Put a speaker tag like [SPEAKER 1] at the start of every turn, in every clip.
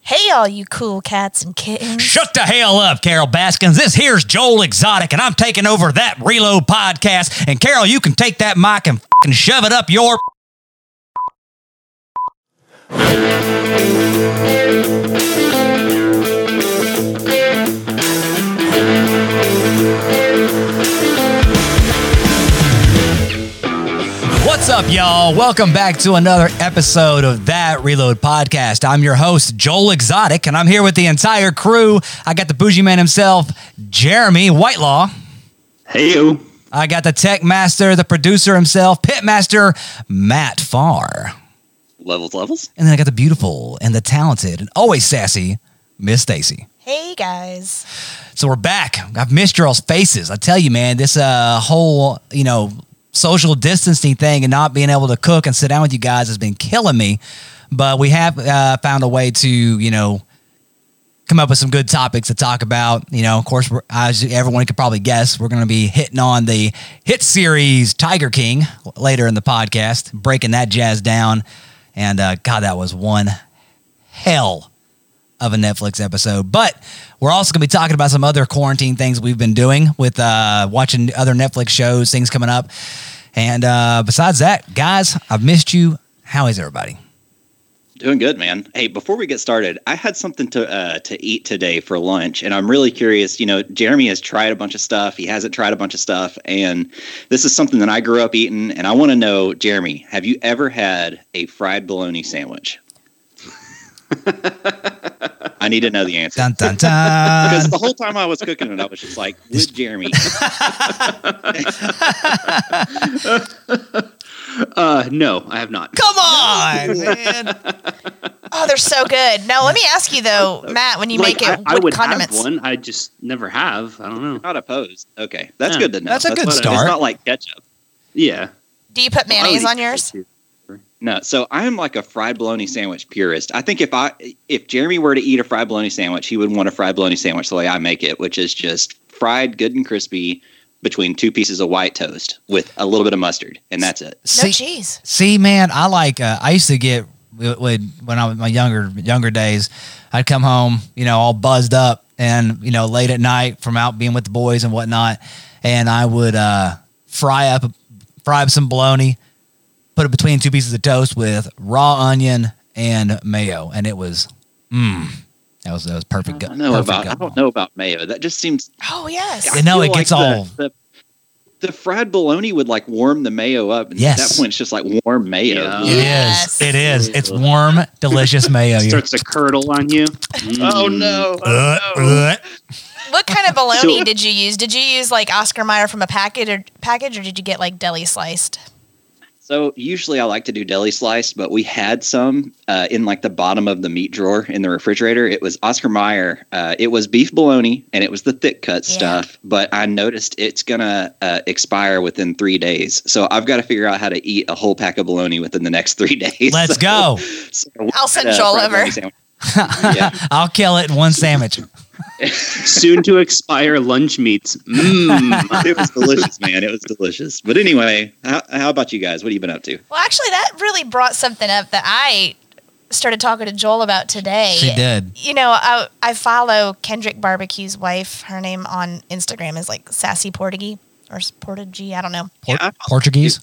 [SPEAKER 1] Hey, all you cool cats and kittens.
[SPEAKER 2] Shut the hell up, Carol Baskins. This here's Joel Exotic, and I'm taking over that Reload podcast. And Carol, you can take that mic and fing shove it up your. What's up, y'all? Welcome back to another episode of That Reload Podcast. I'm your host, Joel Exotic, and I'm here with the entire crew. I got the bougie man himself, Jeremy Whitelaw.
[SPEAKER 3] Heyo.
[SPEAKER 2] I got the tech master, the producer himself, pitmaster, Matt Farr.
[SPEAKER 3] Levels, levels.
[SPEAKER 2] And then I got the beautiful and the talented and always sassy Miss Stacy.
[SPEAKER 1] Hey, guys.
[SPEAKER 2] So we're back. I've missed y'all's faces. I tell you, man, this uh, whole you know social distancing thing and not being able to cook and sit down with you guys has been killing me. But we have uh, found a way to you know come up with some good topics to talk about. You know, of course, we're, as everyone could probably guess, we're going to be hitting on the hit series Tiger King later in the podcast, breaking that jazz down. And uh, God, that was one hell of a Netflix episode. But we're also going to be talking about some other quarantine things we've been doing with uh, watching other Netflix shows, things coming up. And uh, besides that, guys, I've missed you. How is everybody?
[SPEAKER 3] Doing good, man. Hey, before we get started, I had something to uh, to eat today for lunch, and I'm really curious. You know, Jeremy has tried a bunch of stuff. He hasn't tried a bunch of stuff, and this is something that I grew up eating. And I want to know, Jeremy, have you ever had a fried bologna sandwich? I need to know the answer
[SPEAKER 2] Dun, dun, dun.
[SPEAKER 3] because the whole time I was cooking it, I was just like, "Would Jeremy?"
[SPEAKER 4] Uh, no, I have not.
[SPEAKER 2] Come on, man.
[SPEAKER 1] Oh, they're so good. Now, let me ask you, though, Matt, when you
[SPEAKER 4] Like,
[SPEAKER 1] make it,
[SPEAKER 4] I, I
[SPEAKER 1] what
[SPEAKER 4] would
[SPEAKER 1] condiments?
[SPEAKER 4] have one. I just never have. I don't know.
[SPEAKER 3] Not opposed. Okay, that's
[SPEAKER 4] Yeah.
[SPEAKER 3] good to know.
[SPEAKER 2] That's a good
[SPEAKER 3] what it is.
[SPEAKER 2] start.
[SPEAKER 3] It's not like ketchup.
[SPEAKER 4] Yeah.
[SPEAKER 1] Do you put
[SPEAKER 4] I would
[SPEAKER 1] mayonnaise
[SPEAKER 4] eat
[SPEAKER 1] on
[SPEAKER 4] that
[SPEAKER 1] yours?
[SPEAKER 4] too.
[SPEAKER 3] No, so I am like a fried bologna sandwich purist. I think if I if Jeremy were to eat a fried bologna sandwich, he would want a fried bologna sandwich the way I make it, which is just fried good and crispy between two pieces of white toast with a little bit of mustard, and that's it.
[SPEAKER 1] No
[SPEAKER 2] See-
[SPEAKER 1] cheese.
[SPEAKER 2] See, man, I like. Uh, I used to get when when I was my younger younger days, I'd come home, you know, all buzzed up, and you know, late at night from out being with the boys and whatnot, and I would uh, fry up fry up some bologna, put it between two pieces of toast with raw onion and mayo, and it was, mmm, that was that was perfect.
[SPEAKER 3] I don't know
[SPEAKER 2] perfect
[SPEAKER 3] about I
[SPEAKER 2] gumbo.
[SPEAKER 3] don't know about mayo. That just seems
[SPEAKER 1] Oh, yes.
[SPEAKER 2] Yeah, no,
[SPEAKER 3] feel
[SPEAKER 2] it gets
[SPEAKER 3] the-
[SPEAKER 2] all-
[SPEAKER 3] the, the fried bologna would like warm the mayo up. And
[SPEAKER 2] Yes.
[SPEAKER 3] at that point it's just like warm mayo.
[SPEAKER 4] Yeah.
[SPEAKER 2] It is.
[SPEAKER 1] Yes.
[SPEAKER 2] It is. It's warm, delicious mayo. You're-
[SPEAKER 4] Starts to curdle on you. Mm.
[SPEAKER 3] Oh no.
[SPEAKER 2] Uh,
[SPEAKER 3] Oh, no.
[SPEAKER 2] uh.
[SPEAKER 1] What kind of bologna
[SPEAKER 4] So-
[SPEAKER 1] did you use? Did you use like Oscar Mayer from a package or, package, or did you get like deli sliced?
[SPEAKER 3] So usually I like to do deli slice, but we had some uh, in like the bottom of the meat drawer in the refrigerator. It was Oscar Mayer. Uh, it was beef bologna, and it was the thick cut
[SPEAKER 1] Yeah.
[SPEAKER 3] stuff. But I noticed it's gonna uh, expire within three days, so I've got to figure out how to eat a whole pack of bologna within the next three days.
[SPEAKER 2] Let's
[SPEAKER 3] So-
[SPEAKER 2] go.
[SPEAKER 3] so we
[SPEAKER 1] I'll send
[SPEAKER 3] had a
[SPEAKER 1] Joel
[SPEAKER 3] fried
[SPEAKER 1] over.
[SPEAKER 3] bologna sandwich. Yeah.
[SPEAKER 2] I'll kill it in one sandwich.
[SPEAKER 4] Soon to expire lunch meats. Mm.
[SPEAKER 3] it was delicious, man. It was delicious. But anyway, how, how about you guys? What have you been up to?
[SPEAKER 1] Well, actually, that really brought something up that I started talking to Joel about today.
[SPEAKER 2] She did.
[SPEAKER 1] you know, I, I follow Kendrick Barbecue's wife. Her name on Instagram is like Sassy Portugie or S- Portugie. I don't know.
[SPEAKER 2] Por-
[SPEAKER 3] Yeah.
[SPEAKER 2] Portuguese.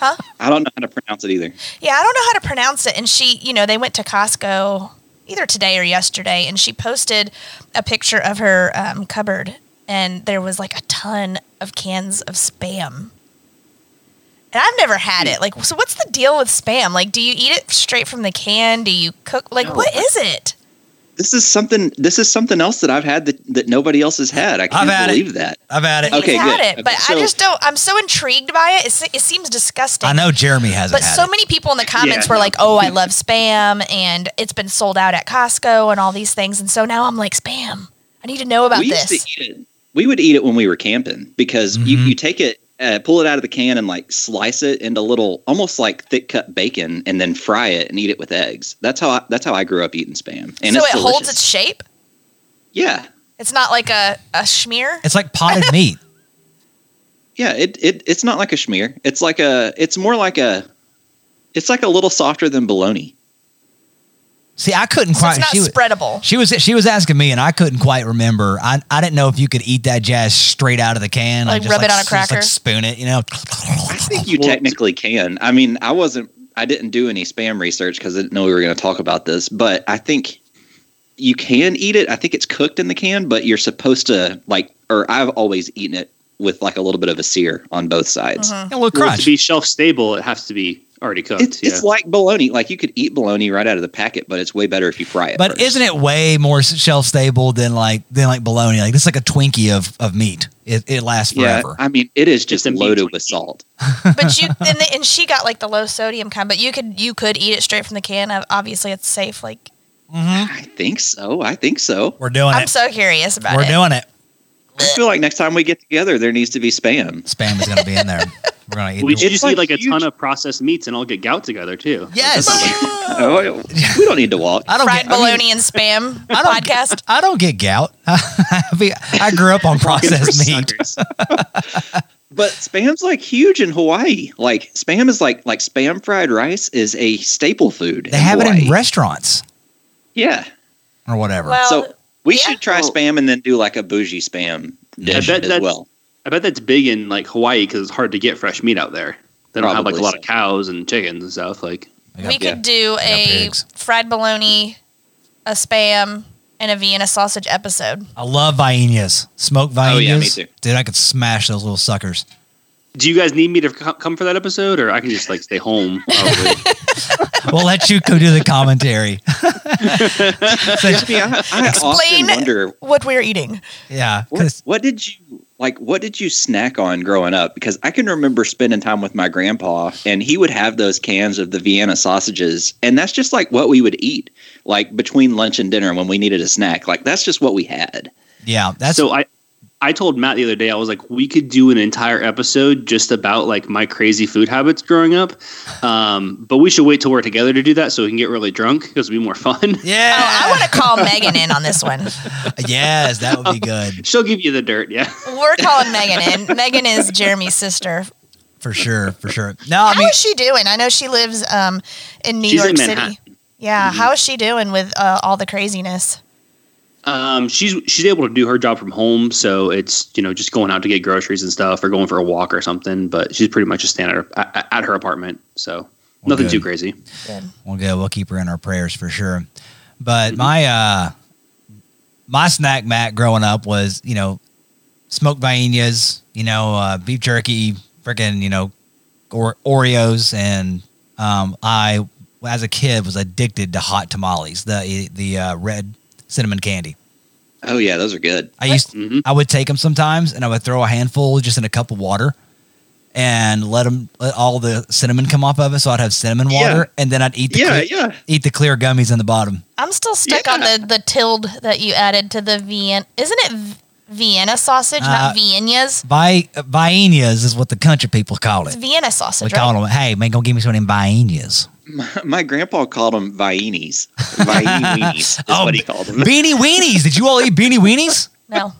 [SPEAKER 3] I don't know how to pronounce it either.
[SPEAKER 1] Yeah, I don't know how to pronounce it. And she, you know, they went to Costco either today or yesterday, and she posted a picture of her um, cupboard, and there was like a ton of cans of spam. And I've never had it. Like, so what's the deal with spam? Like, do you eat it straight from the can? Do you cook? Like,
[SPEAKER 3] No.
[SPEAKER 1] what is it?
[SPEAKER 3] This is something. This is something else that I've had that, that nobody else has had. I can't
[SPEAKER 2] I've had it.
[SPEAKER 3] believe that.
[SPEAKER 2] I've had it.
[SPEAKER 1] He's
[SPEAKER 3] Okay,
[SPEAKER 1] had
[SPEAKER 3] good.
[SPEAKER 1] it, but
[SPEAKER 3] Okay, so-
[SPEAKER 1] I just don't. I'm so intrigued by it. It, se- it seems disgusting.
[SPEAKER 2] I know Jeremy hasn't
[SPEAKER 1] But
[SPEAKER 2] had
[SPEAKER 1] so
[SPEAKER 2] it.
[SPEAKER 1] many people in the comments
[SPEAKER 4] Yeah.
[SPEAKER 1] were like, "Oh, I love spam, and it's been sold out at Costco, and all these things." And so now I'm like, "Spam, I need to know about
[SPEAKER 3] we
[SPEAKER 1] this."
[SPEAKER 3] Used to eat it. We would eat it when we were camping because you,
[SPEAKER 2] Mhm.
[SPEAKER 3] you take it, uh, pull it out of the can, and like slice it into little, almost like thick cut bacon, and then fry it and eat it with eggs. That's how I, that's how I grew up eating spam. And
[SPEAKER 1] so
[SPEAKER 3] it's
[SPEAKER 1] it holds
[SPEAKER 3] delicious.
[SPEAKER 1] its shape.
[SPEAKER 3] yeah,
[SPEAKER 1] It's not like a a schmear.
[SPEAKER 2] It's like potted meat.
[SPEAKER 3] yeah. It, it it's not like a schmear. It's like a. It's more like a. It's like a little softer than bologna.
[SPEAKER 2] See, I couldn't
[SPEAKER 1] So
[SPEAKER 2] quite.
[SPEAKER 1] it's not
[SPEAKER 2] she, wa-
[SPEAKER 1] spreadable.
[SPEAKER 2] she was she was asking me, and I couldn't quite remember. I, I didn't know if you could eat that jazz straight out of the can,
[SPEAKER 1] Like rub it on a
[SPEAKER 2] s- just, like,
[SPEAKER 1] cracker?
[SPEAKER 2] spoon it, you know.
[SPEAKER 3] I think you
[SPEAKER 4] Well,
[SPEAKER 3] technically can. I mean, I wasn't. I didn't do any spam research because I didn't know we were going to talk about this. But I think you can eat it. I think it's cooked in the can, but you're supposed to like. Or I've always eaten it with like a little bit of a sear on both sides.
[SPEAKER 1] Mhm.
[SPEAKER 2] a little
[SPEAKER 4] Well, to
[SPEAKER 2] crunch.
[SPEAKER 4] be shelf stable, it has to be already cooked.
[SPEAKER 3] It's,
[SPEAKER 4] yeah.
[SPEAKER 3] it's like bologna. Like you could eat bologna right out of the packet, but it's way better if you fry it.
[SPEAKER 2] But
[SPEAKER 3] first.
[SPEAKER 2] isn't it way more s- shelf stable than like than like bologna? Like it's like a Twinkie of of meat. It, it lasts
[SPEAKER 3] Yeah,
[SPEAKER 2] forever.
[SPEAKER 3] I mean, it is
[SPEAKER 4] It's
[SPEAKER 3] just
[SPEAKER 4] a meat
[SPEAKER 3] loaded
[SPEAKER 4] Twinkie.
[SPEAKER 3] with salt.
[SPEAKER 1] but you and, the, and she got like the low sodium kind, but you could you could eat it straight from the can. Ob- Obviously, it's safe. Like
[SPEAKER 2] Mhm.
[SPEAKER 3] I think so. I think so.
[SPEAKER 2] We're doing
[SPEAKER 1] I'm
[SPEAKER 2] it.
[SPEAKER 1] so curious about
[SPEAKER 2] We're
[SPEAKER 1] it.
[SPEAKER 2] doing it.
[SPEAKER 3] I feel like next time we get together, there needs to be spam.
[SPEAKER 2] Spam is going to be in there. We're going to eat.
[SPEAKER 4] we
[SPEAKER 2] the-
[SPEAKER 3] It's
[SPEAKER 4] should just
[SPEAKER 3] like
[SPEAKER 4] eat like a
[SPEAKER 3] huge-
[SPEAKER 4] ton of processed meats and all get gout together too.
[SPEAKER 2] yes.
[SPEAKER 3] Oh, we don't need to walk.
[SPEAKER 2] I don't
[SPEAKER 1] Fried
[SPEAKER 2] get, I mean,
[SPEAKER 1] bologna and spam podcast.
[SPEAKER 2] I don't get gout. I, mean, I grew up on processed
[SPEAKER 4] For
[SPEAKER 2] meat.
[SPEAKER 4] suckers.
[SPEAKER 3] But spam's like huge in Hawaii. Like spam is like like spam fried rice is a staple food.
[SPEAKER 2] They have it in
[SPEAKER 3] Hawaii.
[SPEAKER 2] restaurants
[SPEAKER 3] Yeah.
[SPEAKER 2] or whatever.
[SPEAKER 1] Well,
[SPEAKER 3] So we
[SPEAKER 1] Yeah.
[SPEAKER 3] should try
[SPEAKER 4] Well-
[SPEAKER 3] spam and then do like a bougie spam dish
[SPEAKER 4] bet
[SPEAKER 3] as
[SPEAKER 4] that's-
[SPEAKER 3] well.
[SPEAKER 4] I bet that's big in like Hawaii because it's hard to get fresh meat out there. They don't have like a
[SPEAKER 3] Probably
[SPEAKER 4] lot of
[SPEAKER 3] so.
[SPEAKER 4] cows and chickens and stuff. Like
[SPEAKER 2] They got-
[SPEAKER 1] we
[SPEAKER 3] yeah.
[SPEAKER 1] could do a
[SPEAKER 2] pigs.
[SPEAKER 1] fried bologna, a spam, and a Vienna sausage episode.
[SPEAKER 2] I love vainas. Smoked vainas.
[SPEAKER 3] Oh, yeah, me too.
[SPEAKER 2] Dude, I could smash those little suckers.
[SPEAKER 4] do you guys need me to co- come for that episode, or I can just like stay home? Probably.
[SPEAKER 2] We'll let you go do the commentary.
[SPEAKER 3] I, mean, I, I often
[SPEAKER 1] Explain-
[SPEAKER 3] wonder
[SPEAKER 1] What we're eating.
[SPEAKER 2] Yeah.
[SPEAKER 3] what,
[SPEAKER 2] 'cause-
[SPEAKER 3] what did you like what did you snack on growing up because i can remember spending time with my grandpa and he would have those cans of the vienna sausages and that's just like what we would eat like between lunch and dinner when we needed a snack like that's just what we had
[SPEAKER 2] yeah. That's
[SPEAKER 4] so I, I told Matt the other day I was like, we could do an entire episode just about like my crazy food habits growing up, um, but we should wait till we're together to do that so we can get really drunk because it'd be more fun.
[SPEAKER 1] Oh, I
[SPEAKER 2] yeah.
[SPEAKER 1] want to call Megan in on this one.
[SPEAKER 2] yes, that would be good
[SPEAKER 4] She'll give you the dirt, yeah.
[SPEAKER 1] We're calling Megan in. Megan is Jeremy's sister.
[SPEAKER 2] for sure. For sure. No,
[SPEAKER 1] How is
[SPEAKER 2] I mean,
[SPEAKER 1] she doing? I know she lives um, in New
[SPEAKER 4] She's
[SPEAKER 1] York
[SPEAKER 4] in
[SPEAKER 1] City.
[SPEAKER 4] Manhattan.
[SPEAKER 1] Yeah,
[SPEAKER 2] Mm-hmm.
[SPEAKER 1] how is she doing with uh, all the craziness?
[SPEAKER 4] Um, she's she's able to do her job from home, so it's you know just going out to get groceries and stuff, or going for a walk or something. But she's pretty much just staying at her at, at her apartment, so
[SPEAKER 2] Well,
[SPEAKER 4] nothing
[SPEAKER 2] good.
[SPEAKER 4] too crazy.
[SPEAKER 2] Well, good. We'll keep her in our prayers for sure. But
[SPEAKER 3] Mm-hmm.
[SPEAKER 2] my uh my snack mat growing up was, you know, smoked vainas, you know, uh, beef jerky, freaking, you know, or- Oreos, and um, I, as a kid, was addicted to hot tamales, the the uh, red cinnamon candy.
[SPEAKER 3] oh yeah those are good
[SPEAKER 2] I used
[SPEAKER 4] Mhm.
[SPEAKER 2] I would take them sometimes, and I would throw a handful just in a cup of water, and let them let all the cinnamon come off of it. So I'd have cinnamon
[SPEAKER 3] Yeah.
[SPEAKER 2] water, and then I'd eat the
[SPEAKER 3] yeah
[SPEAKER 2] clear,
[SPEAKER 3] yeah
[SPEAKER 2] eat the clear gummies in the bottom.
[SPEAKER 1] I'm still stuck on
[SPEAKER 3] Yeah.
[SPEAKER 1] the, the tilde that you added to the Vienna. Isn't it V- Vienna sausage,
[SPEAKER 2] Uh,
[SPEAKER 1] not Vienna's?
[SPEAKER 2] Vi- Viennas is what the country people call
[SPEAKER 1] It's
[SPEAKER 2] it.
[SPEAKER 1] Vienna
[SPEAKER 2] We
[SPEAKER 1] sausage,
[SPEAKER 2] call
[SPEAKER 1] right?
[SPEAKER 2] them, hey, man, go give me some of them Viennas.
[SPEAKER 3] my, my grandpa called them vienies vienies is
[SPEAKER 2] Oh,
[SPEAKER 3] what he called them
[SPEAKER 2] Beanie Weenies. Did you all eat Beanie Weenies?
[SPEAKER 1] No.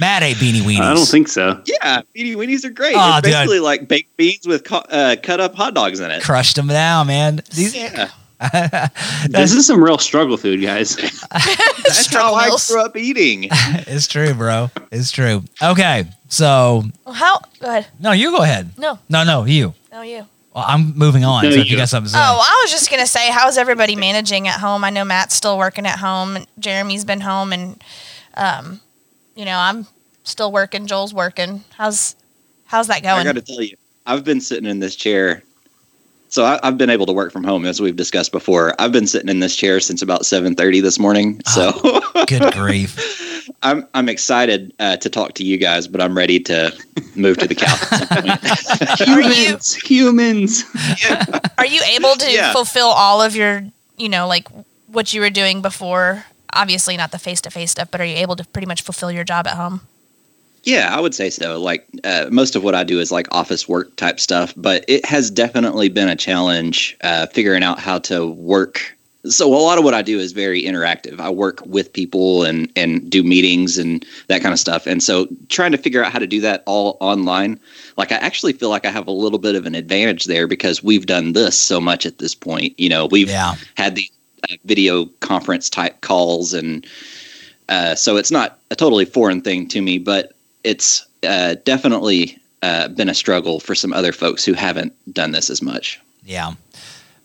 [SPEAKER 2] Matt ate Beanie Weenies.
[SPEAKER 4] I don't think so.
[SPEAKER 3] yeah beanie weenies are great
[SPEAKER 2] Aw,
[SPEAKER 3] it's
[SPEAKER 2] dude.
[SPEAKER 3] basically like baked beans with co- uh, cut up hot dogs in it
[SPEAKER 2] Crushed them down, man. These,
[SPEAKER 3] yeah
[SPEAKER 4] This is some real struggle food, guys.
[SPEAKER 3] that's how i
[SPEAKER 1] Struggles.
[SPEAKER 3] grew up eating
[SPEAKER 2] it's true, bro. It's true. Okay, so
[SPEAKER 1] How? Go ahead.
[SPEAKER 2] no, you go ahead.
[SPEAKER 1] No,
[SPEAKER 2] No, no, you.
[SPEAKER 1] no, you.
[SPEAKER 2] Well, I'm moving on.
[SPEAKER 4] No,
[SPEAKER 2] so if you
[SPEAKER 4] you.
[SPEAKER 2] got something to say,
[SPEAKER 1] Oh, I was just gonna say, how's everybody managing at home? I know Matt's still working at home, and Jeremy's been home, and um, you know, I'm still working. Joel's working. How's how's that
[SPEAKER 3] I
[SPEAKER 1] going?
[SPEAKER 3] got to tell you, I've been sitting in this chair. So I, I've been able to work from home, as we've discussed before. I've been sitting in this chair since about seven thirty this morning.
[SPEAKER 2] Ah.
[SPEAKER 3] So
[SPEAKER 2] good grief.
[SPEAKER 3] I'm I'm excited uh, to talk to you guys, but I'm ready to move to the couch.
[SPEAKER 4] humans, humans.
[SPEAKER 1] Are you able to
[SPEAKER 3] Yeah.
[SPEAKER 1] fulfill all of your, you know, like what you were doing before? Obviously, not the face to face stuff, but are you able to pretty much fulfill your job at home?
[SPEAKER 3] yeah, I would say so. Like uh, most of what I do is like office work type stuff, but it has definitely been a challenge uh, figuring out how to work. So a lot of what I do is very interactive. I work with people and and do meetings and that kind of stuff. And so trying to figure out how to do that all online, like I actually feel like I have a little bit of an advantage there because we've done this so much at this point. You know, we've
[SPEAKER 2] Yeah.
[SPEAKER 3] had the have video conference type calls, and uh, so it's not a totally foreign thing to me, but it's uh, definitely uh, been a struggle for some other folks who haven't done this as much.
[SPEAKER 2] Yeah,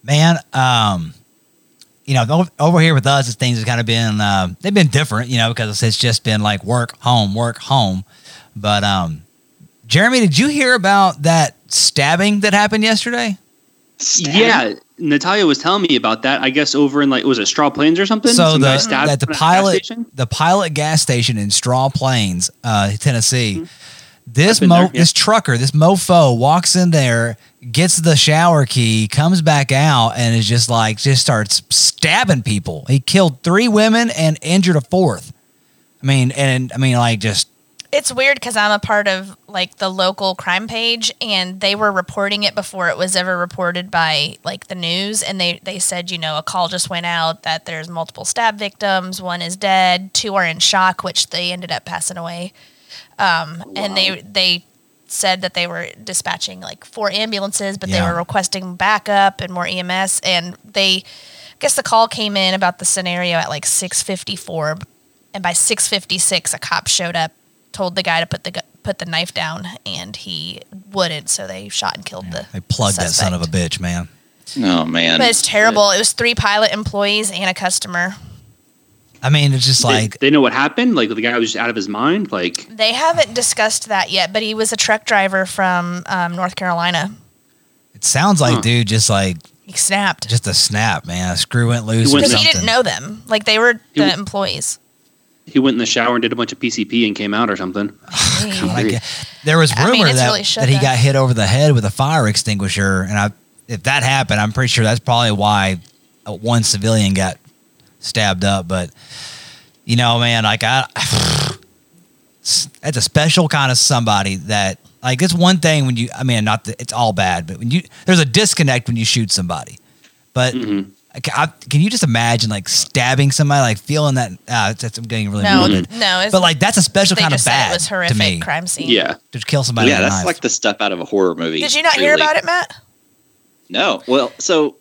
[SPEAKER 2] man. Um, you know, over, over here with us, things have kind of been uh, they've been different. You know, because it's just been like work, home, work, home. But um, Jeremy, did you hear about that stabbing that happened yesterday?
[SPEAKER 4] Yeah, Natalia was telling me about that. I guess over in like was it Straw Plains or something?
[SPEAKER 2] So
[SPEAKER 4] Some
[SPEAKER 2] the,
[SPEAKER 4] guy stabbed
[SPEAKER 2] that the
[SPEAKER 4] someone at a gas
[SPEAKER 2] pilot,
[SPEAKER 4] station?
[SPEAKER 2] the pilot gas station in Straw Plains, uh, Tennessee. This
[SPEAKER 4] Mm-hmm. I've been
[SPEAKER 2] mo,
[SPEAKER 4] there, yeah.
[SPEAKER 2] this trucker, this mofo walks in there, gets the shower key, comes back out, and is just like just starts stabbing people. He killed three women and injured a fourth. I mean, and I mean, like just
[SPEAKER 1] It's weird because I'm a part of like the local crime page, and they were reporting it before it was ever reported by like the news. And they they said, you know, a call just went out that there's multiple stab victims. One is dead. Two are in shock, which they ended up passing away. Um, And they they said that they were dispatching like four ambulances, but
[SPEAKER 2] Yeah.
[SPEAKER 1] they were requesting backup and more EMS. And they, I guess the call came in about the scenario at like 6:54, and by 6:56, a cop showed up, told the guy to put the gu- put the knife down, and he wouldn't. So they shot and killed the.
[SPEAKER 2] they plugged that son of a
[SPEAKER 1] suspect.
[SPEAKER 2] bitch, man.
[SPEAKER 3] Oh man,
[SPEAKER 1] But it's terrible. It was three pilot employees and a customer.
[SPEAKER 2] I mean, it's just
[SPEAKER 4] They-
[SPEAKER 2] like
[SPEAKER 4] they, know what happened. Like the guy was just out of his mind. Like
[SPEAKER 1] They haven't discussed that yet, but he was a truck driver from um, North Carolina.
[SPEAKER 2] it sounds like,
[SPEAKER 4] Huh.
[SPEAKER 2] dude, just like
[SPEAKER 1] He snapped.
[SPEAKER 2] just a snap, man. A screw went loose.
[SPEAKER 4] He went
[SPEAKER 2] or
[SPEAKER 1] because
[SPEAKER 2] something.
[SPEAKER 1] he didn't know them. Like they were
[SPEAKER 4] He
[SPEAKER 1] the
[SPEAKER 4] w-
[SPEAKER 1] employees.
[SPEAKER 4] he went in the shower and did a bunch of PCP and came out or something.
[SPEAKER 1] Hey.
[SPEAKER 2] I
[SPEAKER 4] Agreed.
[SPEAKER 2] guess- there was
[SPEAKER 1] I mean,
[SPEAKER 2] rumor
[SPEAKER 1] it's
[SPEAKER 2] that,
[SPEAKER 1] really
[SPEAKER 2] that he
[SPEAKER 1] shook
[SPEAKER 2] got
[SPEAKER 1] us.
[SPEAKER 2] hit over the head with a fire extinguisher, and I if that happened, I'm pretty sure that's probably why uh, one civilian got stabbed up. But you know, man, like I, that's a special kind of somebody that like it's one thing when you, I mean, not that it's all bad, but when you there's a disconnect when you shoot somebody, but. I, can you just imagine like stabbing somebody, like feeling that? Uh, that's, I'm getting really
[SPEAKER 1] No,
[SPEAKER 2] morbid.
[SPEAKER 1] no. It's,
[SPEAKER 2] But like that's a special
[SPEAKER 1] they
[SPEAKER 2] kind of
[SPEAKER 1] just said
[SPEAKER 2] bad
[SPEAKER 1] it was
[SPEAKER 2] to me
[SPEAKER 1] horrific crime scene.
[SPEAKER 4] Yeah,
[SPEAKER 2] to kill somebody.
[SPEAKER 3] yeah,
[SPEAKER 2] with a
[SPEAKER 3] that's
[SPEAKER 2] knife.
[SPEAKER 3] like the stuff out of a horror movie.
[SPEAKER 1] Did you not hear
[SPEAKER 3] truly.
[SPEAKER 1] about it, Matt?
[SPEAKER 3] No. Well, so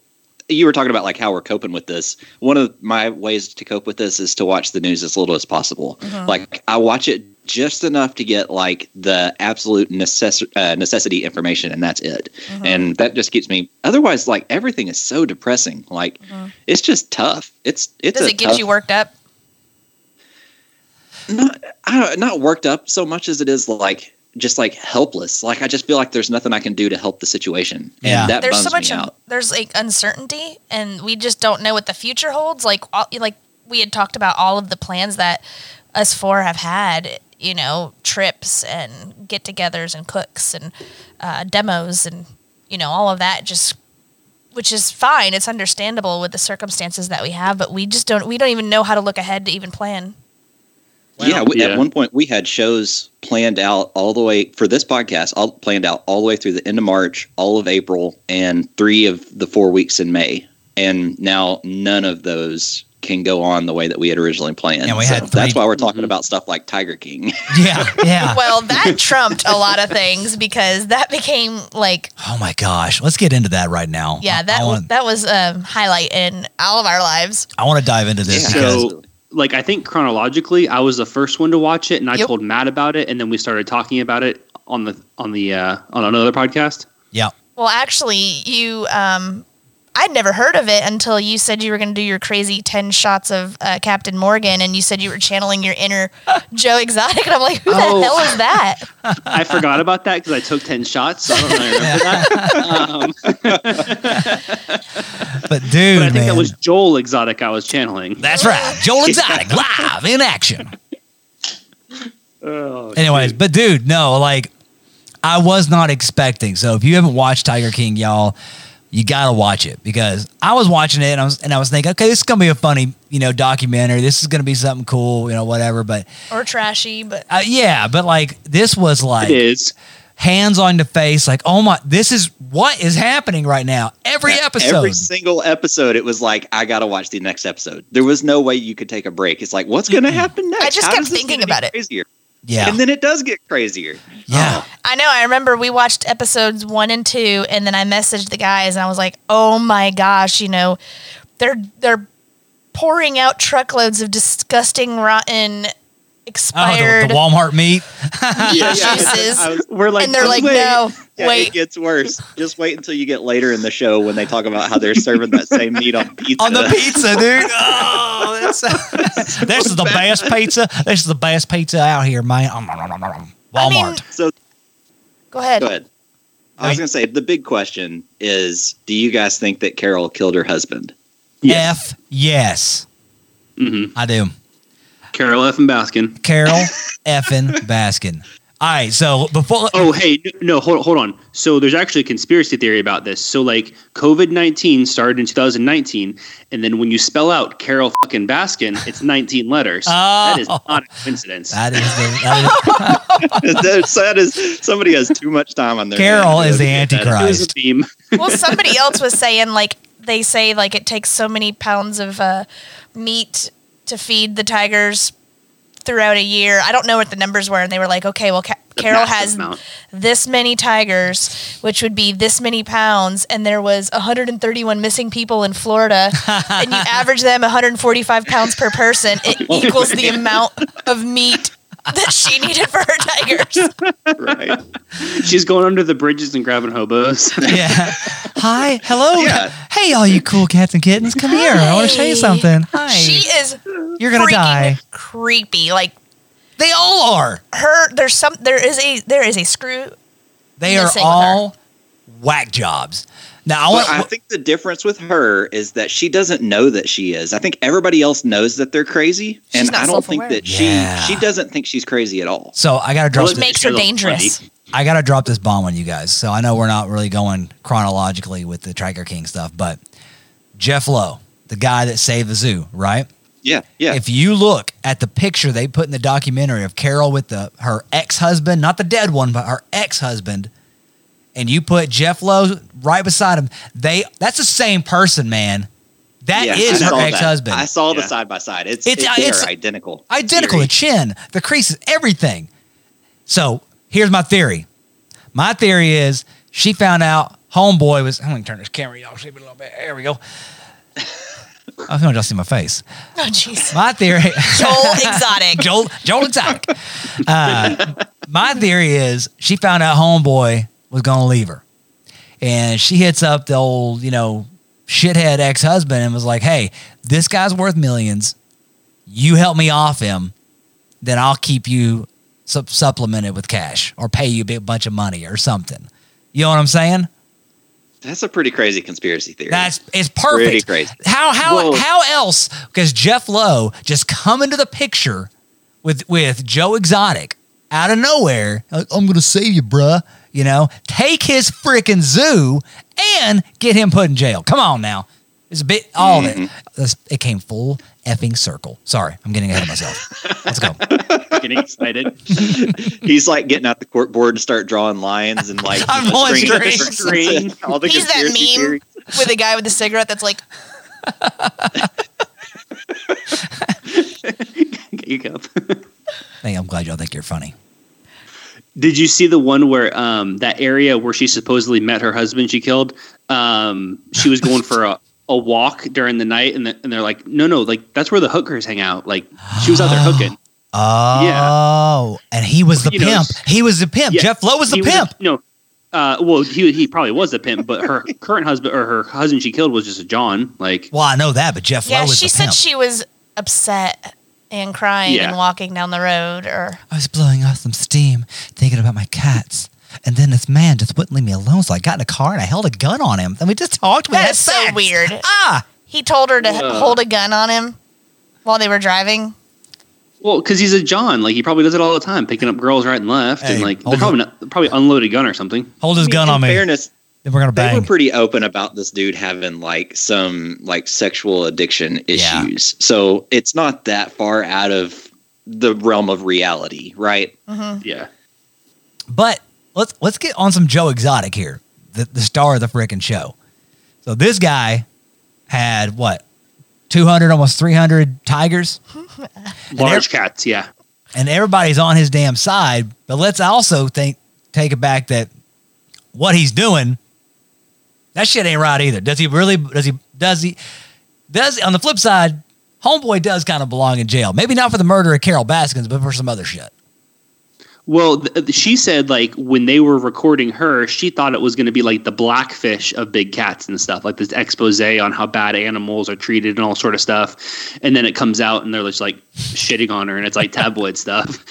[SPEAKER 3] you were talking about like how we're coping with this. One of my ways to cope with this is to watch the news as little as possible.
[SPEAKER 1] Mm-hmm. Uh-huh.
[SPEAKER 3] Like I watch it just enough to get like the absolute necess- uh, necessity information and that's it.
[SPEAKER 1] Uh-huh. Mm-hmm.
[SPEAKER 3] And that just keeps me otherwise like everything is so depressing. Like it's just tough. It's it's
[SPEAKER 1] Uh-huh. Does
[SPEAKER 3] a
[SPEAKER 1] it get
[SPEAKER 3] tough-
[SPEAKER 1] you worked up?
[SPEAKER 3] not I don't, not worked up so much as it is like just like helpless. Like I just feel like there's nothing I can do to help the situation.
[SPEAKER 2] Yeah.
[SPEAKER 3] And that
[SPEAKER 1] There's
[SPEAKER 3] bums
[SPEAKER 1] so much.
[SPEAKER 3] me
[SPEAKER 1] un-
[SPEAKER 3] out.
[SPEAKER 1] there's like uncertainty, and we just don't know what the future holds. Like, all, like we had talked about all of the plans that us four have had. You know, trips and get-togethers and cooks and uh, demos and you know all of that. Just which is fine. It's understandable with the circumstances that we have, but we just don't. We don't even know how to look ahead to even plan.
[SPEAKER 3] yeah, we,
[SPEAKER 4] Yeah.
[SPEAKER 3] at one point we had shows planned out all the way for this podcast, all planned out all the way through the end of March, all of April, and three of the four weeks in May. And now none of those can go on the way that we had originally planned.
[SPEAKER 2] Yeah, we
[SPEAKER 3] So
[SPEAKER 2] had three-
[SPEAKER 3] that's why we're talking about stuff like Tiger King.
[SPEAKER 2] yeah, yeah.
[SPEAKER 1] Well, that trumped a lot of things because that became like
[SPEAKER 2] oh my gosh, let's get into that right now.
[SPEAKER 1] yeah
[SPEAKER 2] I-
[SPEAKER 1] that
[SPEAKER 2] I
[SPEAKER 1] was
[SPEAKER 2] want,
[SPEAKER 1] that was a highlight in all of our lives.
[SPEAKER 2] I want to dive into this
[SPEAKER 3] Yeah.
[SPEAKER 2] because
[SPEAKER 4] So, like, I think chronologically, I was the first one to watch it, and I
[SPEAKER 1] Yep.
[SPEAKER 4] told Matt about it, and then we started talking about it on the on the uh, on another podcast.
[SPEAKER 2] yeah,
[SPEAKER 1] Well, actually, you um, I'd never heard of it until you said you were going to do your crazy ten shots of uh, Captain Morgan, and you said you were channeling your inner Joe Exotic, and I'm like, who the
[SPEAKER 4] Oh.
[SPEAKER 1] hell is that?
[SPEAKER 4] I forgot about that because I took ten shots. So I don't really remember that. Um,
[SPEAKER 2] but dude,
[SPEAKER 4] but I think
[SPEAKER 2] man,
[SPEAKER 4] that was Joel Exotic I was channeling.
[SPEAKER 2] that's right. Joel Exotic live in action.
[SPEAKER 4] Oh,
[SPEAKER 2] Anyways, but dude, no, like I was not expecting. So if you haven't watched Tiger King, y'all, you gotta watch it because I was watching it and I was and I was thinking, okay, this is gonna be a funny, you know, documentary. This is gonna be something cool, you know, whatever. But
[SPEAKER 1] Or trashy, but
[SPEAKER 2] uh, yeah, but like this was like
[SPEAKER 4] it is.
[SPEAKER 2] hands on the face, like, oh my, this is what is happening right now. Every episode.
[SPEAKER 3] Every single episode, it was like, I got to watch the next episode. There was no way you could take a break. It's like, what's going to happen next?
[SPEAKER 1] just
[SPEAKER 3] How
[SPEAKER 1] kept
[SPEAKER 3] does this
[SPEAKER 1] thinking
[SPEAKER 3] gonna be
[SPEAKER 1] about it.
[SPEAKER 3] Crazier?
[SPEAKER 2] yeah.
[SPEAKER 3] And then it does get crazier.
[SPEAKER 2] yeah.
[SPEAKER 1] I know. I remember we watched episodes one and two, and then I messaged the guys, and I was like, "Oh my gosh, you know, they're they're pouring out truckloads of disgusting, rotten,
[SPEAKER 2] Oh,
[SPEAKER 1] expired
[SPEAKER 2] the, the Walmart meat.
[SPEAKER 3] Yeah,
[SPEAKER 1] juices.
[SPEAKER 3] I was- we're like,
[SPEAKER 1] and they're
[SPEAKER 3] "Just
[SPEAKER 1] like,
[SPEAKER 3] wait."
[SPEAKER 1] no,
[SPEAKER 3] Yeah, It
[SPEAKER 1] wait.
[SPEAKER 3] gets worse. Just wait until you get later in the show when they talk about how they're serving that same meat on pizza.
[SPEAKER 2] on the pizza, dude. Oh, that's, this is the best pizza. This is the best pizza out here, man. Um, nom, nom, nom, nom.
[SPEAKER 1] I
[SPEAKER 2] Walmart.
[SPEAKER 1] mean-
[SPEAKER 3] so
[SPEAKER 1] Go ahead.
[SPEAKER 3] go ahead. I was
[SPEAKER 2] Wait.
[SPEAKER 3] going to say the big question is: Do you guys think that Carol killed her husband?
[SPEAKER 2] F yes,
[SPEAKER 4] Mm-hmm.
[SPEAKER 2] I do.
[SPEAKER 4] Carol F. and Baskin.
[SPEAKER 2] Carol effing Baskin. All right, so before
[SPEAKER 4] Oh, hey, n- no, hold, hold on. So there's actually a conspiracy theory about this. So like COVID nineteen started in 2019, and then when you spell out Carol fucking Baskin, it's 19 letters.
[SPEAKER 2] Oh.
[SPEAKER 4] That is not a coincidence.
[SPEAKER 2] that is the that is,
[SPEAKER 3] That's- that is somebody has too much time on their.
[SPEAKER 2] Carol
[SPEAKER 3] hands
[SPEAKER 2] is the
[SPEAKER 3] to get that.
[SPEAKER 4] It was a
[SPEAKER 2] Antichrist.
[SPEAKER 4] beam.
[SPEAKER 1] well, somebody else was saying like they say like it takes so many pounds of uh, meat to feed the tigers throughout a year. I don't know what the numbers were, and they were like, okay, well, Ca-
[SPEAKER 4] The
[SPEAKER 1] Carol
[SPEAKER 4] massive
[SPEAKER 1] has
[SPEAKER 4] amount.
[SPEAKER 1] this many tigers, which would be this many pounds, and there was 131 missing people in Florida, and you average them 145 pounds per person, it equals the amount of meat that she needed for her tigers.
[SPEAKER 2] Oh,
[SPEAKER 3] Right.
[SPEAKER 4] She's going under the bridges and grabbing hobos.
[SPEAKER 2] Yeah. Hi, hello.
[SPEAKER 3] Yeah.
[SPEAKER 2] Hey, all you cool cats and kittens, come here. I want to show
[SPEAKER 1] Hi.
[SPEAKER 2] you something. Hi.
[SPEAKER 1] She is
[SPEAKER 2] You're gonna
[SPEAKER 1] freaking
[SPEAKER 2] die.
[SPEAKER 1] creepy. Like
[SPEAKER 2] They all are.
[SPEAKER 1] her there's some there is a there is a screw
[SPEAKER 2] They are
[SPEAKER 1] Missing with her.
[SPEAKER 2] all whack jobs. Now I want.
[SPEAKER 3] But I think the difference with her is that she doesn't know that she is. I think everybody else knows that they're crazy,
[SPEAKER 1] She's
[SPEAKER 3] and
[SPEAKER 1] not
[SPEAKER 3] I don't think
[SPEAKER 1] self-aware.
[SPEAKER 3] that
[SPEAKER 2] Yeah.
[SPEAKER 3] she she doesn't think she's crazy at all.
[SPEAKER 2] so I gotta drop.
[SPEAKER 4] Well,
[SPEAKER 2] this.
[SPEAKER 4] it
[SPEAKER 1] makes
[SPEAKER 4] she
[SPEAKER 1] her
[SPEAKER 4] looks
[SPEAKER 1] dangerous.
[SPEAKER 4] funny.
[SPEAKER 2] I gotta drop this bomb on you guys. So I know we're not really going chronologically with the Tracker King stuff, but Jeff Lowe, the guy that saved the zoo, right?
[SPEAKER 3] Yeah, yeah.
[SPEAKER 2] If you look at the picture they put in the documentary of Carol with the her ex husband, not the dead one, but her ex husband, and you put Jeff Lowe right beside him, they that's the same person, man. That
[SPEAKER 3] Yeah,
[SPEAKER 2] is
[SPEAKER 3] I
[SPEAKER 2] her
[SPEAKER 3] saw that.
[SPEAKER 2] ex husband.
[SPEAKER 3] I saw the
[SPEAKER 4] Yeah.
[SPEAKER 3] side by side. It's
[SPEAKER 2] It's-
[SPEAKER 3] it's,
[SPEAKER 2] uh,
[SPEAKER 3] they
[SPEAKER 2] it's-
[SPEAKER 3] are identical.
[SPEAKER 2] identical the
[SPEAKER 3] Theory.
[SPEAKER 2] chin the creases everything so here's my theory my theory is she found out homeboy was i'm gonna turn this camera off see me a little bit there we go i was gonna just see my face
[SPEAKER 1] oh jeez
[SPEAKER 2] my theory
[SPEAKER 1] joel exotic
[SPEAKER 2] Joel Joel Exotic. Uh, my theory is she found out homeboy was gonna leave her, and she hits up the old you know shithead ex husband and was like, "Hey, this guy's worth millions. You help me off him, then I'll keep you sup- supplemented with cash or pay you a big bunch of money or something." You know what I'm saying?
[SPEAKER 3] That's a pretty crazy conspiracy theory.
[SPEAKER 2] That's it's
[SPEAKER 3] pretty
[SPEAKER 2] perfect.
[SPEAKER 3] crazy.
[SPEAKER 2] How how
[SPEAKER 4] Whoa.
[SPEAKER 2] how else? Because Jeff Lowe just come into the picture with with Joe Exotic out of nowhere. like, I'm gonna save you, bruh. You know, take his freaking zoo and get him put in jail. Come on now. It's a bit all of
[SPEAKER 4] Mm-hmm.
[SPEAKER 2] it. This- It came full effing circle. Sorry, I'm getting ahead of myself. Let's go.
[SPEAKER 4] Getting excited.
[SPEAKER 3] He's like getting out the court board to start drawing lines and like
[SPEAKER 2] I'm
[SPEAKER 3] you know,
[SPEAKER 2] pulling
[SPEAKER 3] stringing
[SPEAKER 2] strings.
[SPEAKER 3] different strings and all the
[SPEAKER 1] he's that
[SPEAKER 3] conspiracy
[SPEAKER 1] meme
[SPEAKER 3] theories.
[SPEAKER 1] with the guy with the cigarette that's like
[SPEAKER 4] Get your cup.
[SPEAKER 2] Hey, I'm glad y'all think you're funny.
[SPEAKER 4] Did you see the one where um, that area where she supposedly met her husband she killed? Um, she was going for a, a walk during the night, and, the, and they're like, no, no, like that's where the hookers hang out. Like she was out there hooking.
[SPEAKER 2] Oh, and he was the
[SPEAKER 4] You know,
[SPEAKER 2] pimp. he was the pimp.
[SPEAKER 4] Yeah,
[SPEAKER 2] Jeff Lowe was the
[SPEAKER 4] He
[SPEAKER 2] pimp.
[SPEAKER 4] no, uh, well, he he probably was the pimp, but her current husband or her husband she killed was just a John. Like,
[SPEAKER 2] well, I know that, but Jeff
[SPEAKER 1] yeah
[SPEAKER 2] Lowe was
[SPEAKER 1] she
[SPEAKER 2] the
[SPEAKER 1] said
[SPEAKER 2] pimp.
[SPEAKER 1] she was upset and crying
[SPEAKER 4] Yeah.
[SPEAKER 1] and walking down the road or
[SPEAKER 2] I was blowing off some steam, thinking about my cats. And then this man just wouldn't leave me alone. So I got in a car and I held a gun on him. Then we just talked. We
[SPEAKER 1] that
[SPEAKER 2] had
[SPEAKER 1] is so
[SPEAKER 2] sex.
[SPEAKER 1] weird
[SPEAKER 2] Ah,
[SPEAKER 1] he told her to
[SPEAKER 4] Whoa.
[SPEAKER 1] hold a gun on him while they were driving
[SPEAKER 4] well, because he's a John. Like he probably does it all the time, picking up girls right and left,
[SPEAKER 2] Hey,
[SPEAKER 4] and like
[SPEAKER 2] hold
[SPEAKER 4] they're probably not, probably unloaded gun or something.
[SPEAKER 2] hold his gun
[SPEAKER 3] In
[SPEAKER 2] on me.
[SPEAKER 3] fairness,
[SPEAKER 2] Then we're gonna
[SPEAKER 3] they
[SPEAKER 2] bang.
[SPEAKER 3] were pretty open about this dude having like some like sexual addiction
[SPEAKER 2] Yeah.
[SPEAKER 3] issues. So it's not that far out of the realm of reality, right?
[SPEAKER 1] Mm-hmm.
[SPEAKER 4] Yeah.
[SPEAKER 2] but let's let's get on some Joe Exotic here, the, the star of the freaking show. So this guy had what, two hundred, almost three hundred tigers.
[SPEAKER 4] Large cats, yeah.
[SPEAKER 2] and everybody's on his damn side. But let's also think take it back that what he's doing, that shit ain't right either. Does he really? Does he? Does he? Does on the flip side, homeboy does kind of belong in jail. Maybe not for the murder of Carol Baskins, but for some other shit.
[SPEAKER 4] Well, th- th- she said like when they were recording her, she thought it was going to be like the blackfish of big cats and stuff, like this expose on how bad animals are treated and all sort of stuff. And then it comes out and they're just like shitting on her, and it's like tabloid stuff.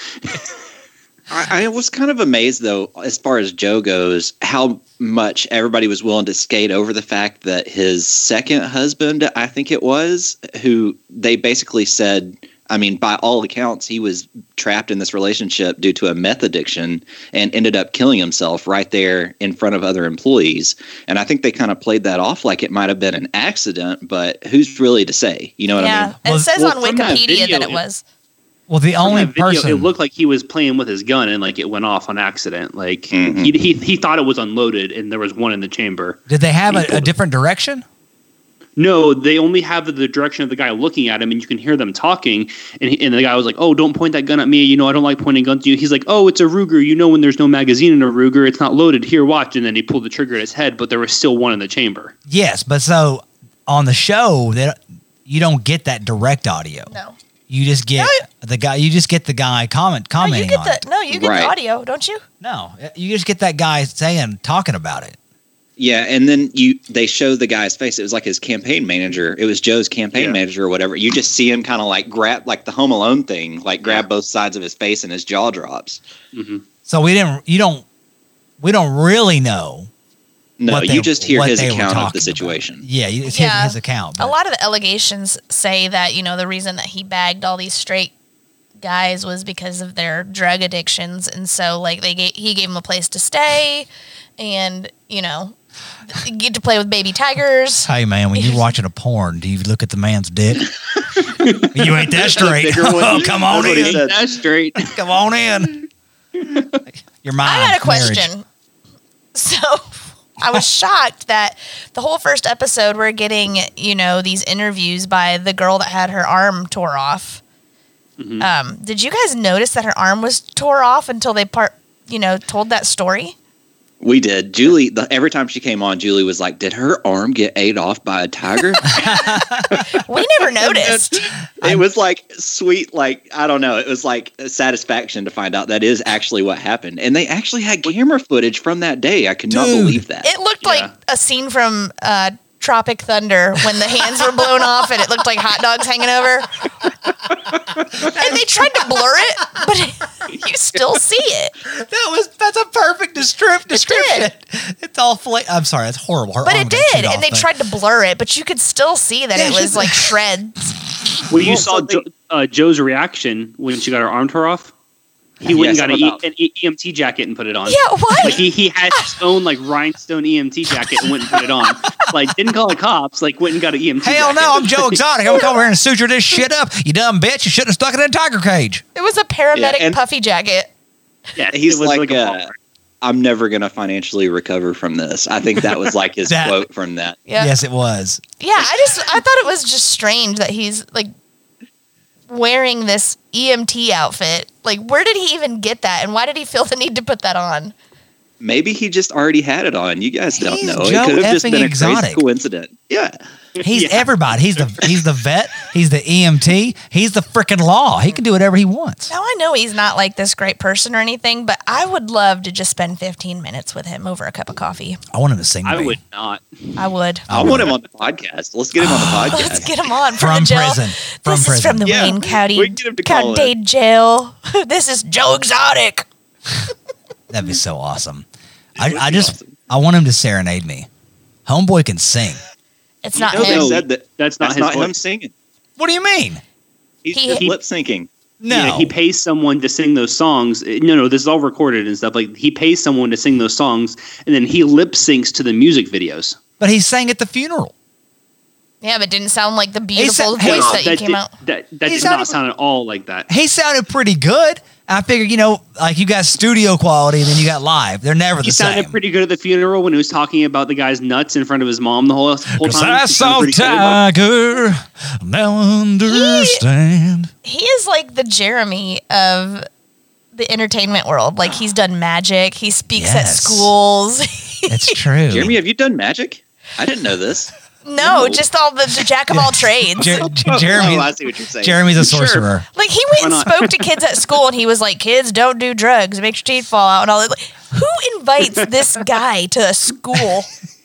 [SPEAKER 3] I, I was kind of amazed, though, as far as Joe goes, how much everybody was willing to skate over the fact that his second husband, I think it was, who they basically said, I mean, by all accounts, he was trapped in this relationship due to a meth addiction and ended up killing himself right there in front of other employees. And I think they kind of played that off like it might have been an accident, but who's really to say? You know what
[SPEAKER 1] yeah,
[SPEAKER 3] I mean?
[SPEAKER 1] and it
[SPEAKER 2] Well,
[SPEAKER 1] says
[SPEAKER 4] well,
[SPEAKER 1] on
[SPEAKER 4] from that
[SPEAKER 1] Wikipedia
[SPEAKER 4] video,
[SPEAKER 1] that it
[SPEAKER 4] it-
[SPEAKER 1] was.
[SPEAKER 2] Well, the
[SPEAKER 4] From
[SPEAKER 2] only
[SPEAKER 4] that video,
[SPEAKER 2] person
[SPEAKER 4] It looked like he was playing with his gun and like it went off on accident. Like
[SPEAKER 3] Mhm.
[SPEAKER 4] he, he he thought it was unloaded and there was one in the chamber.
[SPEAKER 2] did they have a,
[SPEAKER 4] people
[SPEAKER 2] a
[SPEAKER 4] that-
[SPEAKER 2] different direction?
[SPEAKER 4] No, they only have the direction of the guy looking at him, and you can hear them talking. And, he, and the guy was like, "Oh, don't point that gun at me. You know, I don't like pointing guns at you." He's like, "Oh, it's a Ruger. You know, when there's no magazine in a Ruger, it's not loaded. Here, watch." And then he pulled the trigger at his head, but there was still one in the chamber.
[SPEAKER 2] Yes, but so on the show that you don't get that direct audio.
[SPEAKER 1] No,
[SPEAKER 2] You just get the guy. You just get the guy comment
[SPEAKER 1] no
[SPEAKER 2] commenting
[SPEAKER 1] you get
[SPEAKER 2] on it.
[SPEAKER 1] the no, you get
[SPEAKER 3] Right.
[SPEAKER 1] the audio, don't you?
[SPEAKER 2] No, you just get that guy saying talking about it.
[SPEAKER 3] Yeah, and then you they show the guy's face. It was like his campaign manager. It was Joe's campaign
[SPEAKER 4] Yeah.
[SPEAKER 3] manager or whatever. You just see him kind of like grab like the Home Alone thing, like grab both sides of his face and his jaw drops.
[SPEAKER 4] hmm
[SPEAKER 2] So we didn't. You don't. We don't really know.
[SPEAKER 3] No,
[SPEAKER 2] what they-
[SPEAKER 3] you just hear
[SPEAKER 2] what
[SPEAKER 3] his
[SPEAKER 2] they were
[SPEAKER 3] account of
[SPEAKER 2] talking
[SPEAKER 3] the
[SPEAKER 2] about.
[SPEAKER 3] situation.
[SPEAKER 2] Yeah, you- it's
[SPEAKER 1] Yeah.
[SPEAKER 2] His, his account.
[SPEAKER 1] A
[SPEAKER 2] but-
[SPEAKER 1] lot of the allegations say that you know the reason that he bagged all these straight guys was because of their drug addictions, and so like they gave, he gave them a place to stay, and you know th- get to play with baby tigers.
[SPEAKER 2] Hey man, when you're watching a porn, do you look at the man's dick? you ain't that straight.
[SPEAKER 3] bigger one.
[SPEAKER 2] Oh, come on
[SPEAKER 3] That's what he
[SPEAKER 2] in.
[SPEAKER 3] said.
[SPEAKER 4] That's straight.
[SPEAKER 2] Come on in. Your mind.
[SPEAKER 1] I got a question. So I was shocked that the whole first episode we're getting, you know, these interviews by the girl that had her arm tore off.
[SPEAKER 4] Mhm.
[SPEAKER 1] Um, did you guys notice that her arm was tore off until they part, you know, told that story?
[SPEAKER 3] We did. Julie, the, every time she came on, Julie was like, "Did her arm get ate off by a tiger?"
[SPEAKER 1] We never noticed.
[SPEAKER 3] it was like sweet, like I don't know. It was like satisfaction to find out that is actually what happened, and they actually had camera footage from that day. I could not
[SPEAKER 2] Dude.
[SPEAKER 3] believe that.
[SPEAKER 1] It looked like
[SPEAKER 4] Yeah.
[SPEAKER 1] a scene from uh, Tropic Thunder when the hands were blown off and it looked like hot dogs hanging over. and they tried to blur it, but you still see it.
[SPEAKER 2] That was that's a perfect descrip- description. It's all fla- I'm sorry, it's horrible. Her
[SPEAKER 1] But
[SPEAKER 2] arm
[SPEAKER 1] it
[SPEAKER 2] got
[SPEAKER 1] did,
[SPEAKER 2] chewed off,
[SPEAKER 1] and they
[SPEAKER 2] but-
[SPEAKER 1] tried to blur it, but you could still see that
[SPEAKER 2] Yeah,
[SPEAKER 1] it
[SPEAKER 2] she's-
[SPEAKER 1] was like shreds.
[SPEAKER 4] Well, you
[SPEAKER 3] Well,
[SPEAKER 4] saw
[SPEAKER 3] so they-
[SPEAKER 4] jo- uh, Joe's reaction when she got her arm tore off. He went
[SPEAKER 3] Yeah,
[SPEAKER 4] and got
[SPEAKER 3] something
[SPEAKER 4] a, an e- EMT jacket and put it on.
[SPEAKER 1] Yeah,
[SPEAKER 4] Like
[SPEAKER 1] why?
[SPEAKER 4] he, he had his own like rhinestone EMT jacket and went and put it on. Like didn't call the cops. Like went and got an EMT.
[SPEAKER 2] Hell
[SPEAKER 4] jacket.
[SPEAKER 2] no, I'm Joe Exotic. I'm coming here and suture this shit up. You dumb bitch. You shouldn't have stuck it in a tiger cage.
[SPEAKER 1] It was a paramedic
[SPEAKER 3] Yeah, and-
[SPEAKER 1] puffy jacket.
[SPEAKER 4] Yeah,
[SPEAKER 3] He's
[SPEAKER 4] it was
[SPEAKER 3] like,
[SPEAKER 4] a
[SPEAKER 3] uh,
[SPEAKER 4] Walmart.
[SPEAKER 3] I'm never going to financially recover from this. I think that was like his
[SPEAKER 2] That-
[SPEAKER 3] quote from that.
[SPEAKER 1] Yeah,
[SPEAKER 2] Yes, it was.
[SPEAKER 1] yeah. I just I thought it was just strange that he's like wearing this EMT outfit. Like, where did he even get that, and why did he feel the need to put that on?
[SPEAKER 3] Maybe he just already had it on. You guys don't
[SPEAKER 2] He's
[SPEAKER 3] know.
[SPEAKER 2] Joe
[SPEAKER 3] it could have just
[SPEAKER 2] effing
[SPEAKER 3] been a
[SPEAKER 2] Exotic.
[SPEAKER 3] crazy coincident. Yeah.
[SPEAKER 2] He's
[SPEAKER 4] Yeah.
[SPEAKER 2] everybody. He's the he's the vet. He's the EMT. He's the freaking law. He can do whatever he wants.
[SPEAKER 1] Now I know he's not like this great person or anything, but I would love to just spend 15 minutes with him over a cup of coffee.
[SPEAKER 2] I want him to sing. to
[SPEAKER 4] I
[SPEAKER 2] me.
[SPEAKER 4] would not.
[SPEAKER 1] I would.
[SPEAKER 2] Oh
[SPEAKER 3] I want him on the podcast. Let's get him on the podcast.
[SPEAKER 1] Let's get him on from,
[SPEAKER 2] from
[SPEAKER 1] the jail.
[SPEAKER 2] prison. From
[SPEAKER 1] this is
[SPEAKER 2] prison.
[SPEAKER 1] from the
[SPEAKER 3] Yeah,
[SPEAKER 1] Wayne County,
[SPEAKER 3] we can get him to call in.
[SPEAKER 1] County Jail. this is Joe Exotic.
[SPEAKER 2] That'd be so awesome. I, I just I want him to serenade me. Homeboy can sing.
[SPEAKER 1] It's
[SPEAKER 3] You
[SPEAKER 1] not
[SPEAKER 3] know
[SPEAKER 1] him.
[SPEAKER 3] they said that
[SPEAKER 4] That's not
[SPEAKER 3] that's
[SPEAKER 4] his
[SPEAKER 3] not him
[SPEAKER 4] voice.
[SPEAKER 3] singing.
[SPEAKER 2] What do you mean?
[SPEAKER 3] He's
[SPEAKER 1] He-
[SPEAKER 3] just
[SPEAKER 1] He-
[SPEAKER 3] lip syncing.
[SPEAKER 2] No.
[SPEAKER 4] You know, he pays someone to sing those songs. Uh, No, no, this is all recorded and stuff. Like he pays someone to sing those songs, and then he lip syncs to the music videos.
[SPEAKER 2] but he sang at the funeral.
[SPEAKER 1] Yeah, but it didn't sound like the
[SPEAKER 2] He said-
[SPEAKER 1] beautiful
[SPEAKER 2] Hey,
[SPEAKER 1] voice
[SPEAKER 2] no,
[SPEAKER 1] that you came
[SPEAKER 4] did,
[SPEAKER 1] out.
[SPEAKER 4] That, that
[SPEAKER 2] He's
[SPEAKER 4] did
[SPEAKER 2] not
[SPEAKER 4] not
[SPEAKER 2] even-
[SPEAKER 4] sound at all like that.
[SPEAKER 2] He sounded pretty good. I figured, you know, like you got studio quality, then you got live. They're never
[SPEAKER 4] He
[SPEAKER 2] the
[SPEAKER 4] sounded
[SPEAKER 2] same.
[SPEAKER 4] pretty good at the funeral when he was talking about the guy's nuts in front of his mom the whole, whole
[SPEAKER 2] Cause
[SPEAKER 4] time.
[SPEAKER 2] I
[SPEAKER 4] He sounded
[SPEAKER 2] saw
[SPEAKER 4] pretty good.
[SPEAKER 2] Tiger, now I understand.
[SPEAKER 1] He is like the Jeremy of the entertainment world. Like he's done magic. He speaks at
[SPEAKER 2] Yes.
[SPEAKER 1] schools.
[SPEAKER 2] It's true.
[SPEAKER 3] Jeremy, have you done magic? I didn't know this.
[SPEAKER 1] No,
[SPEAKER 3] No.
[SPEAKER 1] just all the, the jack of all trades.
[SPEAKER 2] Jer- Jer- Jeremy,
[SPEAKER 3] Oh, I see what you're saying.
[SPEAKER 2] Jeremy's a
[SPEAKER 4] Sure.
[SPEAKER 2] sorcerer.
[SPEAKER 1] Like he
[SPEAKER 4] Why
[SPEAKER 1] went and
[SPEAKER 4] not?
[SPEAKER 1] spoke to kids at school, and he was like, "Kids, don't do drugs. It makes your teeth fall out." And all that. Like, who invites this guy to a school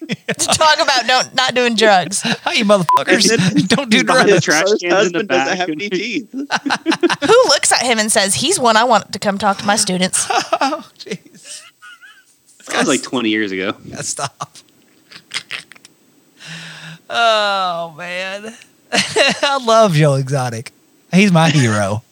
[SPEAKER 1] to talk about don't not doing drugs?
[SPEAKER 2] Hi, you motherfuckers! Don't do
[SPEAKER 4] He's behind
[SPEAKER 2] drugs.
[SPEAKER 4] the trash
[SPEAKER 3] First
[SPEAKER 4] cans in the
[SPEAKER 3] husband doesn't
[SPEAKER 4] back
[SPEAKER 3] have
[SPEAKER 4] and-
[SPEAKER 3] any teeth.
[SPEAKER 1] Who looks at him and says, "He's one I want to come talk to my students"?
[SPEAKER 4] That was like 20 years ago.
[SPEAKER 2] Stop. Oh man, I love Joe Exotic. He's my hero.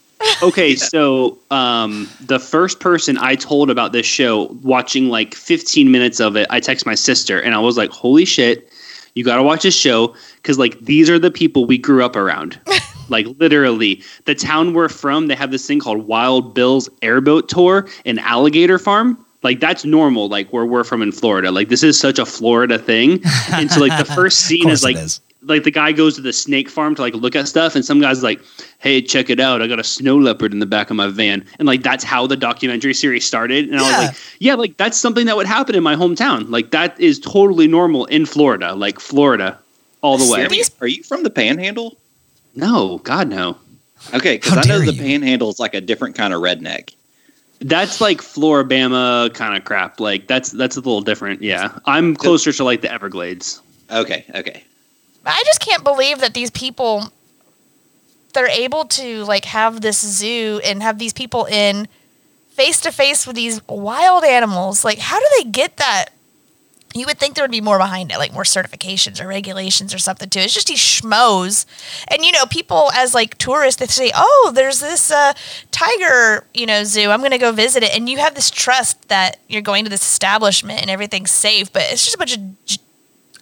[SPEAKER 4] Okay, so um, the first person I told about this show, watching like 15 minutes of it, I text my sister and I was like, holy shit, you got to watch this show because like these are the people we grew up around. like literally, the town we're from, they have this thing called Wild Bill's Airboat Tour and Alligator Farm. Like that's normal, like where we're from in Florida. Like this is such a Florida thing. And so like the first scene
[SPEAKER 2] course
[SPEAKER 4] is like
[SPEAKER 2] it is.
[SPEAKER 4] like the guy goes to the snake farm to like look at stuff and some guy's like hey check it out i got a snow leopard in the back of my van and like that's how the documentary series started and i
[SPEAKER 2] Yeah.
[SPEAKER 4] was like yeah like that's something that would happen in my hometown like that is totally normal in florida like florida all the way
[SPEAKER 3] Jeremy, are you from the Panhandle?
[SPEAKER 4] no god no
[SPEAKER 3] Okay, because
[SPEAKER 2] How
[SPEAKER 3] I know
[SPEAKER 2] dare
[SPEAKER 3] the
[SPEAKER 2] you.
[SPEAKER 3] Panhandle is like a different kind of redneck.
[SPEAKER 4] that's like floribama kind of crap like that's that's a little different yeah i'm closer to like the everglades
[SPEAKER 3] Okay, okay.
[SPEAKER 1] I just can't believe that these people they're able to like have this zoo and have these people in face to face with these wild animals. Like how do they get that? You would think there would be more behind it, like more certifications or regulations or something too. It's just these schmoes. And you know, people as like tourists they say, "Oh, there's this uh, tiger, you know, zoo. I'm going to go visit it." And you have this trust that you're going to this establishment and everything's safe, but it's just a bunch of j-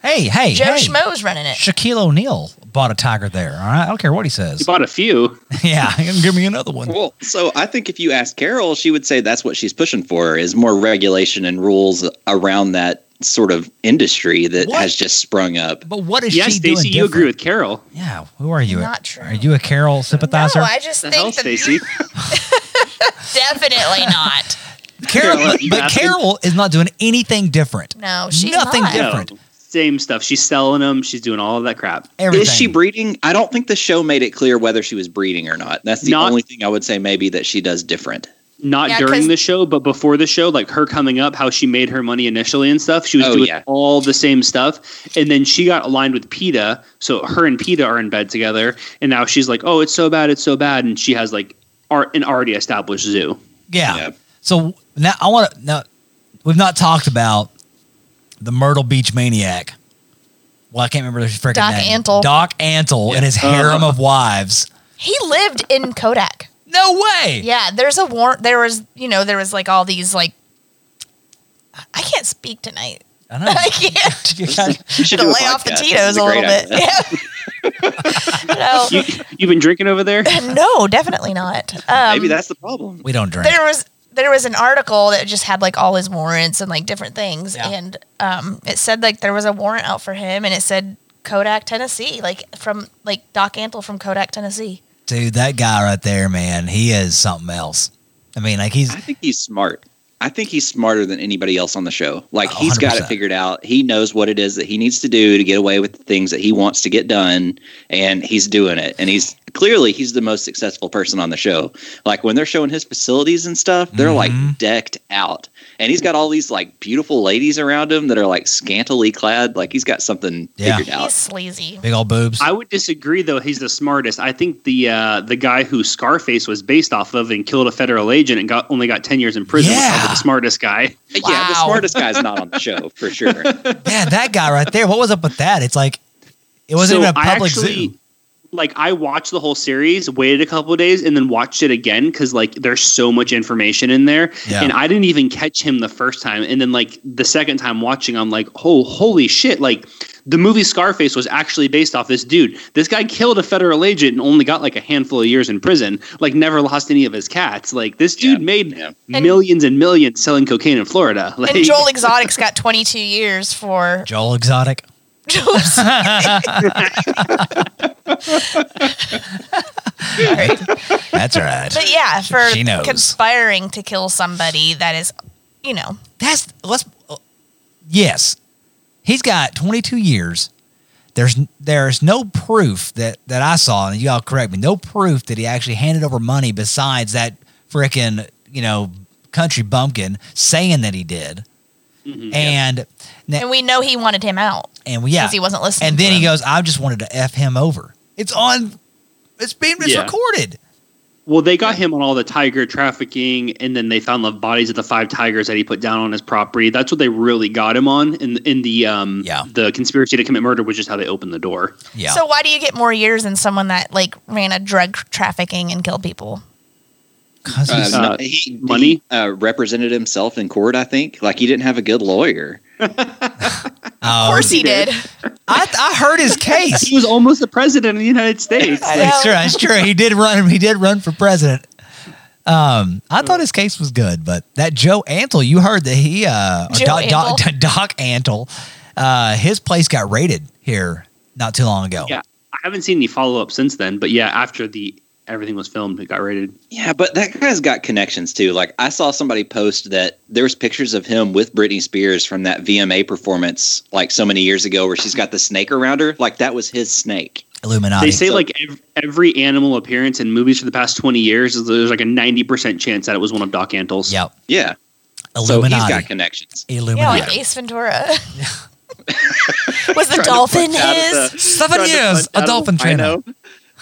[SPEAKER 2] Hey, hey,
[SPEAKER 1] Joe
[SPEAKER 2] hey!
[SPEAKER 1] schmoes running it.
[SPEAKER 2] Shaquille O'Neal bought a tiger there. All right, I don't care what he
[SPEAKER 4] you
[SPEAKER 2] says.
[SPEAKER 4] bought a few
[SPEAKER 2] yeah, give me another one.
[SPEAKER 3] Well, so I think if you ask Carol, she would say that's what she's pushing for is more regulation and rules around that sort of industry that
[SPEAKER 2] What?
[SPEAKER 3] has just sprung up.
[SPEAKER 2] But what is
[SPEAKER 4] yes
[SPEAKER 2] she doing?
[SPEAKER 4] stacy you agree
[SPEAKER 2] different?
[SPEAKER 4] with carol
[SPEAKER 2] Yeah, who are you?
[SPEAKER 1] Not true.
[SPEAKER 2] Are you a Carol sympathizer?
[SPEAKER 1] No, I just
[SPEAKER 4] the
[SPEAKER 1] think
[SPEAKER 4] hell
[SPEAKER 1] that
[SPEAKER 4] stacy
[SPEAKER 1] definitely not.
[SPEAKER 2] Carol,
[SPEAKER 4] Carol,
[SPEAKER 2] but,
[SPEAKER 4] you
[SPEAKER 2] but
[SPEAKER 4] asking?
[SPEAKER 2] Carol is not doing anything different.
[SPEAKER 1] No, she's
[SPEAKER 2] Nothing
[SPEAKER 1] not.
[SPEAKER 2] different.
[SPEAKER 4] No, same stuff she's selling them she's doing all of that crap
[SPEAKER 2] Everything.
[SPEAKER 3] Is she breeding? I don't think the show made it clear whether she was breeding or not. That's the
[SPEAKER 4] Not-
[SPEAKER 3] only thing I would say maybe that she does different.
[SPEAKER 4] not
[SPEAKER 1] Yeah, 'cause-
[SPEAKER 4] during the show, but before the show, like her coming up, how she made her money initially and stuff. She was
[SPEAKER 3] Oh,
[SPEAKER 4] doing
[SPEAKER 3] yeah.
[SPEAKER 4] all the same stuff, and then she got aligned with PETA. So her and PETA are in bed together, and now she's like, "Oh, it's so bad, it's so bad," and she has like art an already established zoo.
[SPEAKER 2] Yeah.
[SPEAKER 3] Yep.
[SPEAKER 2] So now I want to. Now we've not talked about the Myrtle Beach maniac. Well, I can't remember his freaking
[SPEAKER 1] Doc
[SPEAKER 2] name.
[SPEAKER 1] Antle.
[SPEAKER 2] Doc Antle and his harem
[SPEAKER 4] Uh-huh.
[SPEAKER 2] of wives.
[SPEAKER 1] He lived in Kodak.
[SPEAKER 2] No way.
[SPEAKER 1] Yeah, there's a warrant. There was, you know, there was like all these like. I can't speak tonight.
[SPEAKER 2] I know.
[SPEAKER 1] I can't.
[SPEAKER 2] You gotta-
[SPEAKER 3] She should
[SPEAKER 1] to
[SPEAKER 3] do a
[SPEAKER 1] lay off the
[SPEAKER 3] podcast. This
[SPEAKER 1] Tito's
[SPEAKER 3] is
[SPEAKER 1] a,
[SPEAKER 3] great
[SPEAKER 1] little bit.
[SPEAKER 3] idea.
[SPEAKER 1] no,
[SPEAKER 4] You, you've been drinking over there.
[SPEAKER 1] no, definitely not. Um,
[SPEAKER 3] Maybe that's the problem.
[SPEAKER 2] we don't drink.
[SPEAKER 1] there was there was an article that just had like all his warrants and like different things
[SPEAKER 2] Yeah.
[SPEAKER 1] and um it said like there was a warrant out for him and it said Kodak, Tennessee, like from like Doc Antle from Kodak, Tennessee.
[SPEAKER 2] Dude, that guy right there, man, he is something else. I mean, like he's
[SPEAKER 3] I think he's smart. I think he's smarter than anybody else on the show. Like he's got it
[SPEAKER 2] 100%.
[SPEAKER 3] figured out. He knows what it is that he needs to do to get away with the things that he wants to get done, and he's doing it. And he's clearly he's the most successful person on the show. Like when they're showing his facilities and stuff, they're
[SPEAKER 2] Mhm.
[SPEAKER 3] like decked out, and he's got all these like beautiful ladies around him that are like scantily clad. Like he's got something
[SPEAKER 2] Yeah.
[SPEAKER 3] figured
[SPEAKER 1] He's
[SPEAKER 3] out.
[SPEAKER 1] sleazy.
[SPEAKER 2] big old boobs.
[SPEAKER 4] I would disagree, though. He's the smartest. I think the uh, the guy who Scarface was based off of and killed a federal agent and got only got ten years in prison was
[SPEAKER 2] Yeah.
[SPEAKER 4] probably the smartest guy.
[SPEAKER 3] Yeah, the
[SPEAKER 1] Wow.
[SPEAKER 3] smartest guy's not on the show for sure.
[SPEAKER 2] yeah, that guy right there. What was up with that? It's like it wasn't even a
[SPEAKER 4] I
[SPEAKER 2] public
[SPEAKER 4] actually-
[SPEAKER 2] zoo.
[SPEAKER 4] Like I watched the whole series, waited a couple of days, and then watched it again because like there's so much information in there,
[SPEAKER 2] Yeah.
[SPEAKER 4] and I didn't even catch him the first time. And then like the second time watching, I'm like, oh, holy shit! Like the movie Scarface was actually based off this dude. This guy killed a federal agent and only got like a handful of years in prison. Like never lost any of his cats. Like this dude
[SPEAKER 3] Yeah,
[SPEAKER 4] made
[SPEAKER 3] yeah.
[SPEAKER 1] And-
[SPEAKER 4] millions and millions selling cocaine in Florida. Like,
[SPEAKER 1] And Joel Exotic's got 22 years for.
[SPEAKER 2] Joel Exotic.
[SPEAKER 1] Oops.
[SPEAKER 2] That's right.
[SPEAKER 1] But yeah, for
[SPEAKER 2] She knows.
[SPEAKER 1] conspiring to kill somebody that is, you know,
[SPEAKER 2] That's let's. Uh, yes, he's got 22 years. There's there's no proof that that I saw, and y'all correct me. No proof that he actually handed over money besides that freaking you know country bumpkin saying that he did.
[SPEAKER 4] Mhm.
[SPEAKER 2] And
[SPEAKER 1] And we know he wanted him out
[SPEAKER 2] and we yeah,
[SPEAKER 1] because he wasn't listening.
[SPEAKER 2] and
[SPEAKER 1] to
[SPEAKER 2] then
[SPEAKER 1] him.
[SPEAKER 2] he goes, "I just wanted to f him over." It's on. It's being it's
[SPEAKER 4] Yeah.
[SPEAKER 2] recorded.
[SPEAKER 4] Well, they got him on all the tiger trafficking, and then they found the bodies of the five tigers that he put down on his property. That's what they really got him on. In in the um
[SPEAKER 2] Yeah.
[SPEAKER 4] the conspiracy to commit murder, which is how they opened the door.
[SPEAKER 2] Yeah.
[SPEAKER 1] So why do you get more years than someone that like ran a drug trafficking and killed people?
[SPEAKER 2] 'Cause
[SPEAKER 3] Uh,
[SPEAKER 2] he's-
[SPEAKER 3] no,
[SPEAKER 4] Uh,
[SPEAKER 3] he,
[SPEAKER 4] money?
[SPEAKER 3] he, uh, represented himself in court. I think like he didn't have a good lawyer.
[SPEAKER 2] oh,
[SPEAKER 1] of course he did.
[SPEAKER 4] did.
[SPEAKER 2] I, I heard his case.
[SPEAKER 4] He was almost the president of the United States.
[SPEAKER 1] I
[SPEAKER 2] That's
[SPEAKER 1] know.
[SPEAKER 2] true. That's true. He did run. He did run for president. Um, I thought his case was good, but that Joe Antle, you heard that he, uh, or
[SPEAKER 1] Joe
[SPEAKER 2] Doc, Doc,
[SPEAKER 1] Antle.
[SPEAKER 2] Doc Antle, uh, his place got raided here not too long ago.
[SPEAKER 4] Yeah. I haven't seen any follow up since then, but yeah, after the everything was filmed, it got rated.
[SPEAKER 3] Yeah, but that guy's got connections too. Like I saw somebody post that there was pictures of him with Britney Spears from that VMA performance like so many years ago where she's got the snake around her. Like that was his snake.
[SPEAKER 2] Illuminati.
[SPEAKER 4] They say
[SPEAKER 3] so-
[SPEAKER 4] like ev- every animal appearance in movies for the past twenty years, is there's like a ninety percent chance that it was one of Doc Antle's.
[SPEAKER 2] yep.
[SPEAKER 3] Yeah.
[SPEAKER 2] Illuminati.
[SPEAKER 3] So he's got connections.
[SPEAKER 1] Yeah,
[SPEAKER 2] Illuminati.
[SPEAKER 1] like Ace Ventura. was the
[SPEAKER 4] Trying to
[SPEAKER 1] dolphin
[SPEAKER 4] punch out of
[SPEAKER 1] his?
[SPEAKER 4] the-
[SPEAKER 2] Seven
[SPEAKER 4] Tried to
[SPEAKER 2] years,
[SPEAKER 4] punch
[SPEAKER 2] a
[SPEAKER 4] out of
[SPEAKER 2] dolphin
[SPEAKER 4] the
[SPEAKER 2] trainer.
[SPEAKER 4] rhino.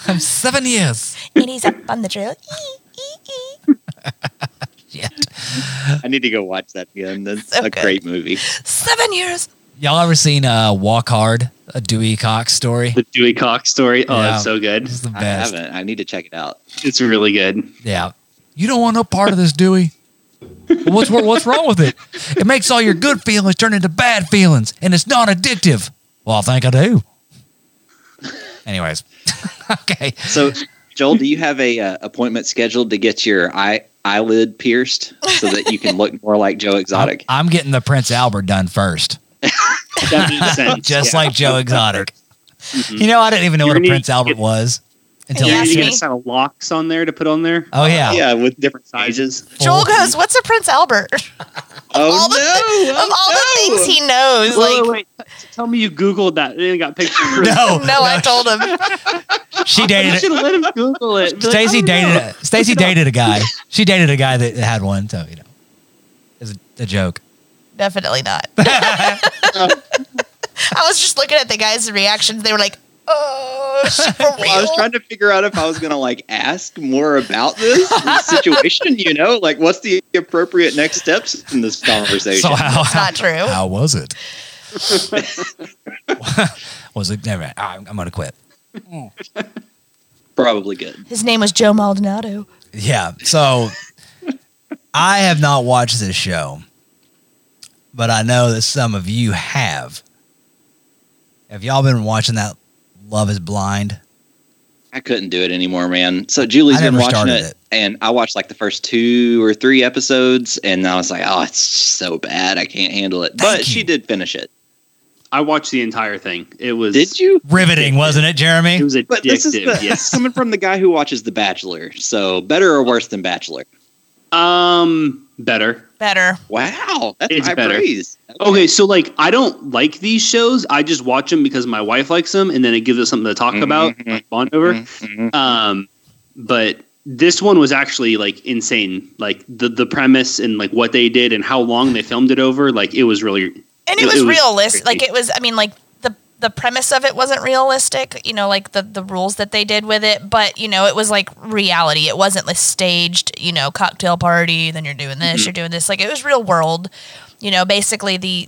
[SPEAKER 2] I'm seven years.
[SPEAKER 1] and he's up on the drill. Ee, ee, ee.
[SPEAKER 2] Yeah.
[SPEAKER 3] I need to go watch that again. That's
[SPEAKER 1] So
[SPEAKER 3] a
[SPEAKER 1] good.
[SPEAKER 3] great movie.
[SPEAKER 1] Seven years.
[SPEAKER 2] Y'all ever seen uh, Walk Hard, a Dewey Cox story?
[SPEAKER 4] The Dewey Cox story. Oh,
[SPEAKER 2] Yeah.
[SPEAKER 4] it's so good.
[SPEAKER 2] It's the
[SPEAKER 3] I
[SPEAKER 2] best.
[SPEAKER 3] haven't. I need to check it out.
[SPEAKER 4] It's really good.
[SPEAKER 2] Yeah. You don't want no part of this, Dewey. What's what's wrong with it? It makes all your good feelings turn into bad feelings, and it's not addictive. Well, I think I do. Anyways, okay.
[SPEAKER 3] So, Joel, do you have a uh, appointment scheduled to get your eye eyelid pierced so that you can look more like Joe Exotic?
[SPEAKER 2] I'm getting the Prince Albert done first,
[SPEAKER 4] That makes sense.
[SPEAKER 2] just
[SPEAKER 4] Yeah.
[SPEAKER 2] like Joe Exotic.
[SPEAKER 4] Mhm.
[SPEAKER 2] You know, I didn't even know
[SPEAKER 4] You're
[SPEAKER 2] what a
[SPEAKER 4] gonna
[SPEAKER 2] Prince
[SPEAKER 4] need to
[SPEAKER 2] Albert
[SPEAKER 4] get-
[SPEAKER 2] was until.
[SPEAKER 1] Yeah.
[SPEAKER 4] you need to
[SPEAKER 1] Ask
[SPEAKER 4] get
[SPEAKER 1] me.
[SPEAKER 4] a set of locks on there to put on there.
[SPEAKER 2] Oh yeah.
[SPEAKER 3] yeah, with different
[SPEAKER 4] Sizes.
[SPEAKER 1] Joel
[SPEAKER 2] Full-
[SPEAKER 1] goes, "What's a Prince Albert?" of all
[SPEAKER 3] Oh
[SPEAKER 1] the-
[SPEAKER 3] no!
[SPEAKER 1] all the things he knows,
[SPEAKER 4] Wait,
[SPEAKER 1] like
[SPEAKER 4] wait, wait. T- Tell me you Googled that. and It got pictures.
[SPEAKER 2] Oh, No,
[SPEAKER 1] no, I told him.
[SPEAKER 2] she
[SPEAKER 4] You
[SPEAKER 2] dated.
[SPEAKER 4] should let him Google it. Be like, "Oh, I
[SPEAKER 2] Stacy
[SPEAKER 4] don't
[SPEAKER 2] dated.
[SPEAKER 4] know.
[SPEAKER 2] A, Stacy dated a guy. She dated a guy that had one. So you know, it's a, a joke.
[SPEAKER 1] Definitely not. I was just looking at the guys' reactions. They were like, "Oh, is she for real?"
[SPEAKER 3] Well, I was trying to figure out if I was going to like ask more about this situation. You know, like what's the appropriate next steps in this conversation?
[SPEAKER 2] So how,
[SPEAKER 1] It's not true.
[SPEAKER 2] How was it? was it never? mind. I'm, I'm gonna quit.
[SPEAKER 3] Probably good.
[SPEAKER 1] His name was Joe Maldonado.
[SPEAKER 2] Yeah. So I have not watched this show, but I know that some of you have. Have y'all been watching that Love Is Blind?
[SPEAKER 3] I couldn't do it anymore, man. So Julie's
[SPEAKER 2] I
[SPEAKER 3] been
[SPEAKER 2] never
[SPEAKER 3] watching
[SPEAKER 2] started
[SPEAKER 3] it,
[SPEAKER 2] it.
[SPEAKER 3] and I watched like the first two or three episodes, and I was like, "Oh, it's so bad, I can't handle it."
[SPEAKER 2] Thank
[SPEAKER 3] but
[SPEAKER 2] you.
[SPEAKER 3] she did finish it.
[SPEAKER 4] I watched the entire thing. It was.
[SPEAKER 3] Did you?
[SPEAKER 2] Riveting, wasn't it,
[SPEAKER 4] It
[SPEAKER 2] Jeremy?
[SPEAKER 4] was addictive.
[SPEAKER 3] But this is the,
[SPEAKER 4] yes.
[SPEAKER 3] coming from the guy who watches The Bachelor. So better or worse than Bachelor?
[SPEAKER 4] Um. Better.
[SPEAKER 1] Better.
[SPEAKER 3] Wow, that's
[SPEAKER 4] It's
[SPEAKER 3] high
[SPEAKER 4] better. Oh,
[SPEAKER 3] praise.
[SPEAKER 4] Okay, so like I don't like these shows. I just watch them because my wife likes them, and then it gives us something to talk about,
[SPEAKER 3] Mhm.
[SPEAKER 4] like bond over.
[SPEAKER 3] Mhm.
[SPEAKER 4] Um, but this one was actually like insane. Like the the premise and like what they did and how long they filmed it over. Like it was really
[SPEAKER 1] and it,
[SPEAKER 4] It-
[SPEAKER 1] was,
[SPEAKER 4] it was
[SPEAKER 1] realistic.
[SPEAKER 4] crazy.
[SPEAKER 1] Like it was, I mean, like the the premise of it wasn't realistic. You know, like the the rules that they did with it, but you know, it was like reality. It wasn't like staged. You know, cocktail party. Then you're doing this. You're doing this. Like it was real world. You know, basically the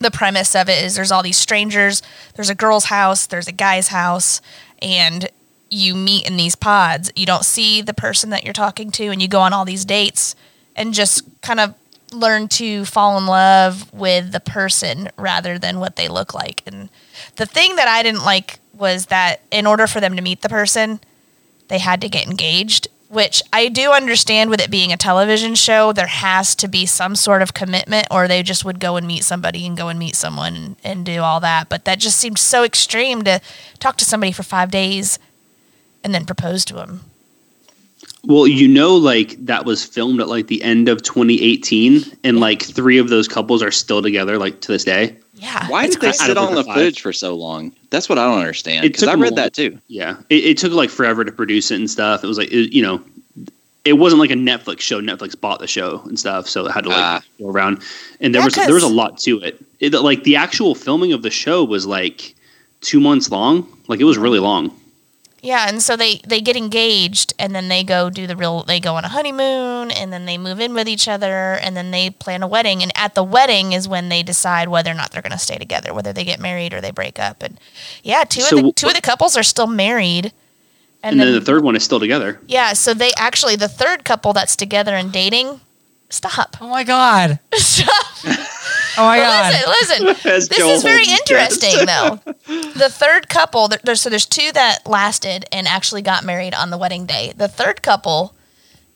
[SPEAKER 1] the premise of it is there's all these strangers. There's a girl's house. There's a guy's house, and you meet in these pods. You don't see the person that you're talking to, and you go on all these dates and just kind of learn to fall in love with the person rather than what they look like. And the thing that I didn't like was that in order for them to meet the person, they had to get engaged, which I do understand with it being a television show, there has to be some sort of commitment or they just would go and meet somebody and go and meet someone and, and do all that. But that just seemed so extreme to talk to somebody for five days and then propose to them.
[SPEAKER 4] Well, you know, like that was filmed at like the end of 2018, and like three of those couples are still together, like to this day.
[SPEAKER 1] Yeah.
[SPEAKER 3] Why
[SPEAKER 1] it's
[SPEAKER 3] did they
[SPEAKER 1] crazy.
[SPEAKER 3] sit
[SPEAKER 4] Out of
[SPEAKER 3] on the
[SPEAKER 4] the five.
[SPEAKER 3] footage for so long? That's what I don't understand.
[SPEAKER 4] It
[SPEAKER 3] Because
[SPEAKER 4] took
[SPEAKER 3] I
[SPEAKER 4] them a
[SPEAKER 3] read
[SPEAKER 4] long-
[SPEAKER 3] that too.
[SPEAKER 4] Yeah, it, it took like forever to produce it and stuff. It was like it, you know, it wasn't like a Netflix show. Netflix bought the show and stuff, so it had to like
[SPEAKER 3] Ah.
[SPEAKER 4] go around. And there
[SPEAKER 1] Yeah,
[SPEAKER 4] was there was a
[SPEAKER 1] 'cause-
[SPEAKER 4] lot to it. it. Like the actual filming of the show was like two months long. Like it was really long.
[SPEAKER 1] Yeah, and so they they get engaged, and then they go do the real. They go on a honeymoon, and then they move in with each other, and then they plan a wedding. And at the wedding is when they decide whether or not they're going to stay together, whether they get married or they break up. And yeah, two
[SPEAKER 4] So
[SPEAKER 1] of the
[SPEAKER 4] w-
[SPEAKER 1] two of the couples are still married,
[SPEAKER 4] And, then, the third one is still together.
[SPEAKER 1] yeah, so they actually the third couple that's together and dating. Stop.
[SPEAKER 2] Oh my god.
[SPEAKER 1] Stop.
[SPEAKER 2] Oh my god.
[SPEAKER 1] Listen, listen.
[SPEAKER 3] As
[SPEAKER 1] this
[SPEAKER 3] Joel
[SPEAKER 1] is very
[SPEAKER 3] Holden's
[SPEAKER 1] interesting, though. The third couple, there, there's, so there's two that lasted and actually got married on the wedding day. The third couple,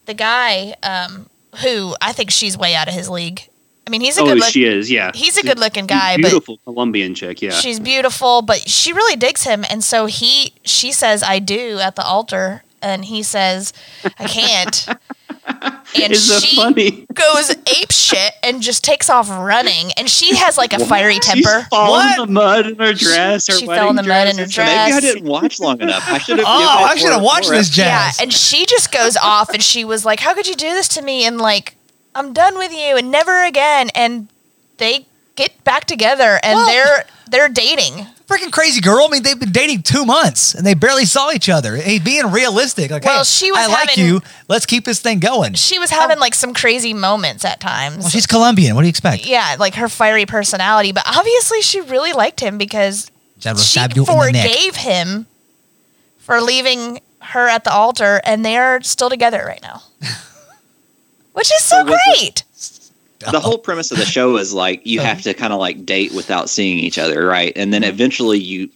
[SPEAKER 1] the guy um, who I think she's way out of his league. I mean, he's a
[SPEAKER 4] Oh,
[SPEAKER 1] good look,
[SPEAKER 4] she is. Yeah,
[SPEAKER 1] he's a good looking guy, but
[SPEAKER 4] Beautiful Colombian chick. Yeah,
[SPEAKER 1] she's beautiful, but she really digs him, and so he she says I do at the altar, and he says I can't. And
[SPEAKER 4] it's so
[SPEAKER 1] she
[SPEAKER 4] funny.
[SPEAKER 1] goes ape shit and just takes off running, and she has like a fiery temper.
[SPEAKER 4] She's fallen
[SPEAKER 2] What?
[SPEAKER 4] in the mud in her dress. Her
[SPEAKER 1] she fell in
[SPEAKER 4] wedding
[SPEAKER 1] the mud in
[SPEAKER 4] dress.
[SPEAKER 1] her
[SPEAKER 4] It's
[SPEAKER 3] So maybe I
[SPEAKER 1] Dress.
[SPEAKER 3] didn't watch long enough. I should have.
[SPEAKER 2] Oh, I should have watched this
[SPEAKER 1] Yeah,
[SPEAKER 2] jazz.
[SPEAKER 1] and she just goes off and she was like, How could you do this to me? And like, I'm done with you and never again. And they get back together and
[SPEAKER 2] Well-
[SPEAKER 1] they're they're dating.
[SPEAKER 2] Freaking crazy girl. I mean, they've been dating two months and they barely saw each other. Hey, being realistic. Like,
[SPEAKER 1] Well,
[SPEAKER 2] hey,
[SPEAKER 1] she was
[SPEAKER 2] I like
[SPEAKER 1] having-
[SPEAKER 2] you. Let's keep this thing going.
[SPEAKER 1] She was having like some crazy moments at times.
[SPEAKER 2] Oh. Well, she's Colombian. What do you expect?
[SPEAKER 1] yeah, like her fiery personality, but obviously she really liked him because
[SPEAKER 2] That will
[SPEAKER 1] she
[SPEAKER 2] stab you in the neck.
[SPEAKER 1] forgave him for leaving her at the altar and they're still together right now. Which is so
[SPEAKER 3] So was this-
[SPEAKER 1] great.
[SPEAKER 3] The whole premise of the show is like you have to kind of like date without seeing each other, right? And then
[SPEAKER 4] Mm-hmm.
[SPEAKER 3] eventually you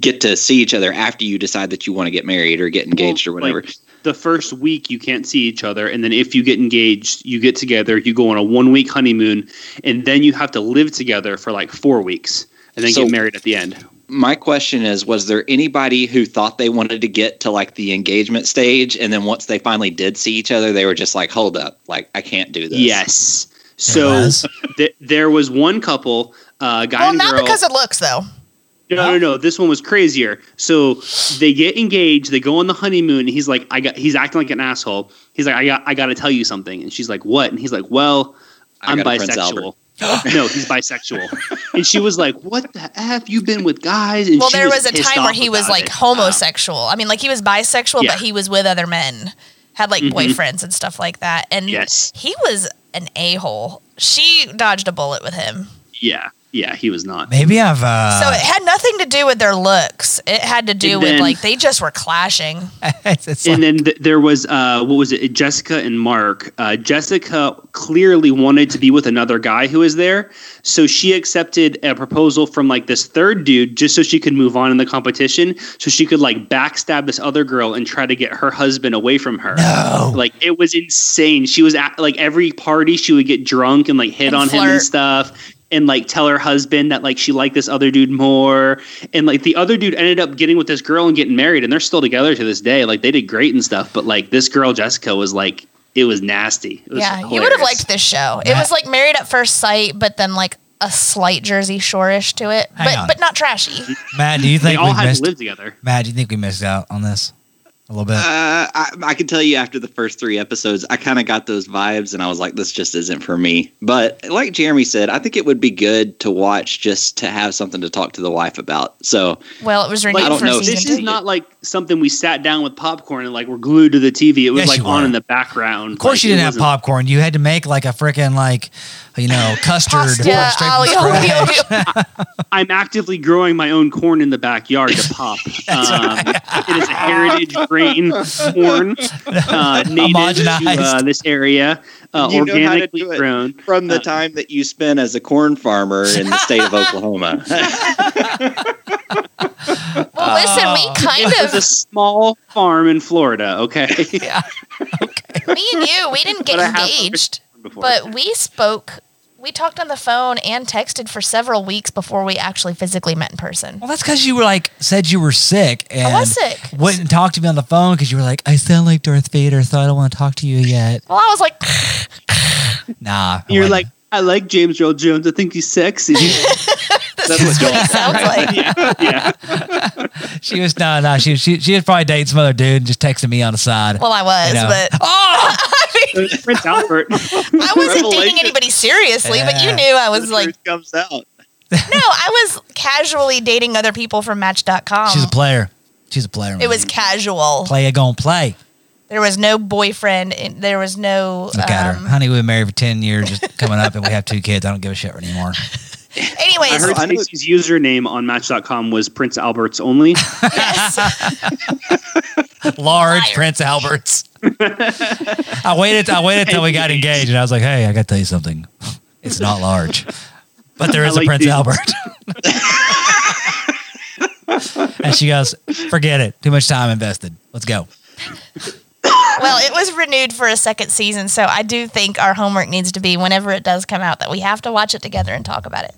[SPEAKER 3] get to see each other after you decide that you want to get married or get engaged or
[SPEAKER 4] Well,
[SPEAKER 3] whatever.
[SPEAKER 4] like, the first week you can't see each other, and then if you get engaged, you get together. You go on a one week honeymoon, and then you have to live together for like four weeks, and then
[SPEAKER 3] So-
[SPEAKER 4] get married at the end.
[SPEAKER 3] My question is was there anybody who thought they wanted to get to like the engagement stage and then once they finally did see each other they were just like hold up like I can't do this.
[SPEAKER 4] Yes.
[SPEAKER 2] It
[SPEAKER 4] So
[SPEAKER 2] was.
[SPEAKER 4] th- there was one couple, uh, guy
[SPEAKER 1] Well,
[SPEAKER 4] and
[SPEAKER 1] not
[SPEAKER 4] girl.
[SPEAKER 1] because it looks though.
[SPEAKER 4] No, no, no. This one was crazier. So they get engaged. They go on the honeymoon. And he's like, I got. He's acting like an asshole. He's like, I got. I got to tell you something. And she's like, What? And he's like, Well,
[SPEAKER 3] I
[SPEAKER 4] I'm
[SPEAKER 3] got a Prince
[SPEAKER 4] bisexual. no, he's bisexual. And she was like, What the f? You've been with guys. And
[SPEAKER 1] Well,
[SPEAKER 4] she
[SPEAKER 1] there was, a
[SPEAKER 4] pissed
[SPEAKER 1] time where
[SPEAKER 4] off
[SPEAKER 1] he was
[SPEAKER 4] about
[SPEAKER 1] like
[SPEAKER 4] it. Um,
[SPEAKER 1] homosexual. I mean, like he was bisexual,
[SPEAKER 4] Yeah.
[SPEAKER 1] but he was with other men, had like
[SPEAKER 4] Mhm.
[SPEAKER 1] boyfriends and stuff like that. And
[SPEAKER 4] Yes.
[SPEAKER 1] he was an a hole. She dodged a bullet with him.
[SPEAKER 4] Yeah, yeah, he was not.
[SPEAKER 2] Maybe I've. Uh,
[SPEAKER 1] so it had nothing to do with their looks. It had to do
[SPEAKER 4] And
[SPEAKER 1] with
[SPEAKER 4] then-
[SPEAKER 1] like they just were clashing.
[SPEAKER 2] it's, it's
[SPEAKER 4] and
[SPEAKER 2] like-
[SPEAKER 4] then th- there was uh, what was it? Jessica and Mark. Uh, Jessica clearly wanted to be with another guy who was there, so she accepted a proposal from like this third dude just so she could move on in the competition, so she could like backstab this other girl and try to get her husband away from her.
[SPEAKER 2] No.
[SPEAKER 4] Like it was insane. She was at like every party she would get drunk and like hit
[SPEAKER 1] And
[SPEAKER 4] on him
[SPEAKER 1] flirt.
[SPEAKER 4] and stuff. And like tell her husband that like she liked this other dude more, and like the other dude ended up getting with this girl and getting married, and they're still together to this day. Like they did great and stuff, but like this girl Jessica was like it was nasty. It was
[SPEAKER 1] yeah, you would have
[SPEAKER 4] hilarious.
[SPEAKER 1] liked this show. It
[SPEAKER 2] Yeah.
[SPEAKER 1] was like Married at First Sight, but then like a slight Jersey Shore-ish to it,
[SPEAKER 2] Hang
[SPEAKER 1] but
[SPEAKER 2] on.
[SPEAKER 1] but not trashy.
[SPEAKER 2] Matt, do you
[SPEAKER 4] They
[SPEAKER 2] think
[SPEAKER 4] all
[SPEAKER 2] we
[SPEAKER 4] had
[SPEAKER 2] missed?
[SPEAKER 4] to live together.
[SPEAKER 2] Matt, do you think we missed out on this a little bit?
[SPEAKER 3] Uh, I, I can tell you after the first three episodes, I kind of got those vibes, and I was like, "This just isn't for me." But like Jeremy said, I think it would be good to watch just to have something to talk to the wife about. So
[SPEAKER 1] Well, it was
[SPEAKER 4] Like,
[SPEAKER 1] renewed
[SPEAKER 3] I don't
[SPEAKER 1] for
[SPEAKER 3] know.
[SPEAKER 1] season
[SPEAKER 4] This
[SPEAKER 1] two.
[SPEAKER 4] is not like something we sat down with popcorn and like we're glued to the TV. It was
[SPEAKER 2] Yes,
[SPEAKER 4] like
[SPEAKER 2] you
[SPEAKER 4] on
[SPEAKER 2] were.
[SPEAKER 4] in the background.
[SPEAKER 2] of course, you didn't have
[SPEAKER 4] popcorn.
[SPEAKER 2] popcorn. You had to make like a freaking like, you know, custard.
[SPEAKER 1] Pasta,
[SPEAKER 2] straight from
[SPEAKER 1] olio,
[SPEAKER 2] scratch.
[SPEAKER 1] olio, olio.
[SPEAKER 4] I'm actively growing my own corn in the backyard to pop. Um, it is a heritage grain corn uh, native to uh,
[SPEAKER 2] Homogenized.
[SPEAKER 4] this area, uh,
[SPEAKER 3] You know how to
[SPEAKER 4] organically
[SPEAKER 3] do it.
[SPEAKER 4] grown.
[SPEAKER 3] from the
[SPEAKER 4] Uh,
[SPEAKER 3] time that you spent as a corn farmer in the state of Oklahoma,
[SPEAKER 1] Well, listen,
[SPEAKER 2] Oh.
[SPEAKER 1] we kind
[SPEAKER 4] It's a
[SPEAKER 1] of,
[SPEAKER 4] small farm in Florida. Okay,
[SPEAKER 2] Yeah.
[SPEAKER 1] me and you, we didn't get
[SPEAKER 4] But I have
[SPEAKER 1] engaged,
[SPEAKER 4] before.
[SPEAKER 1] but we spoke we talked on the phone and texted for several weeks before we actually physically met in person.
[SPEAKER 2] Well, that's because you were like said you were sick and
[SPEAKER 1] was sick.
[SPEAKER 2] wouldn't talk to me on the phone because you were like, I sound like Darth Vader, so I don't want to talk to you yet.
[SPEAKER 1] Well, I was like,
[SPEAKER 2] Nah, I
[SPEAKER 4] You're
[SPEAKER 2] wasn't.
[SPEAKER 4] like, I like James Earl Jones. I think he's sexy.
[SPEAKER 1] this is what it sounds like.
[SPEAKER 4] yeah.
[SPEAKER 2] she was no, no, she she she was probably dating some other dude, and just texting me on the side.
[SPEAKER 1] Well, I was,
[SPEAKER 2] you know.
[SPEAKER 1] but
[SPEAKER 2] oh,
[SPEAKER 1] I, mean,
[SPEAKER 4] Uh, Prince Albert.
[SPEAKER 1] I wasn't
[SPEAKER 3] Revelation.
[SPEAKER 1] dating anybody seriously, but you
[SPEAKER 2] Yeah.
[SPEAKER 1] knew I was
[SPEAKER 3] The
[SPEAKER 1] like,
[SPEAKER 3] truth comes out.
[SPEAKER 1] no, I was casually dating other people from Match.com.
[SPEAKER 2] she's a player. She's a player.
[SPEAKER 1] Oh. it was casual.
[SPEAKER 2] player gonna play.
[SPEAKER 1] There was no boyfriend. and There was no.
[SPEAKER 2] Look at her,
[SPEAKER 1] um,
[SPEAKER 2] honey. We've been married for ten years, just coming up, and we have two kids. I don't give a shit anymore.
[SPEAKER 4] I
[SPEAKER 1] Anyways,
[SPEAKER 4] heard
[SPEAKER 3] I know-
[SPEAKER 4] Stacey's username on Match.com was Prince Albert's only.
[SPEAKER 1] yes. Liar.
[SPEAKER 2] Large Prince Alberts. I waited. I waited till we got engaged, and I was like, "Hey, I got to tell you something. It's not large, but there
[SPEAKER 4] I
[SPEAKER 2] is a
[SPEAKER 4] like
[SPEAKER 2] Prince
[SPEAKER 4] these.
[SPEAKER 2] Albert." and she goes, "Forget it. Too much time invested. Let's go."
[SPEAKER 1] well, it was renewed for a second season, so I do think our homework needs to be whenever it does come out that we have to watch it together and talk about it.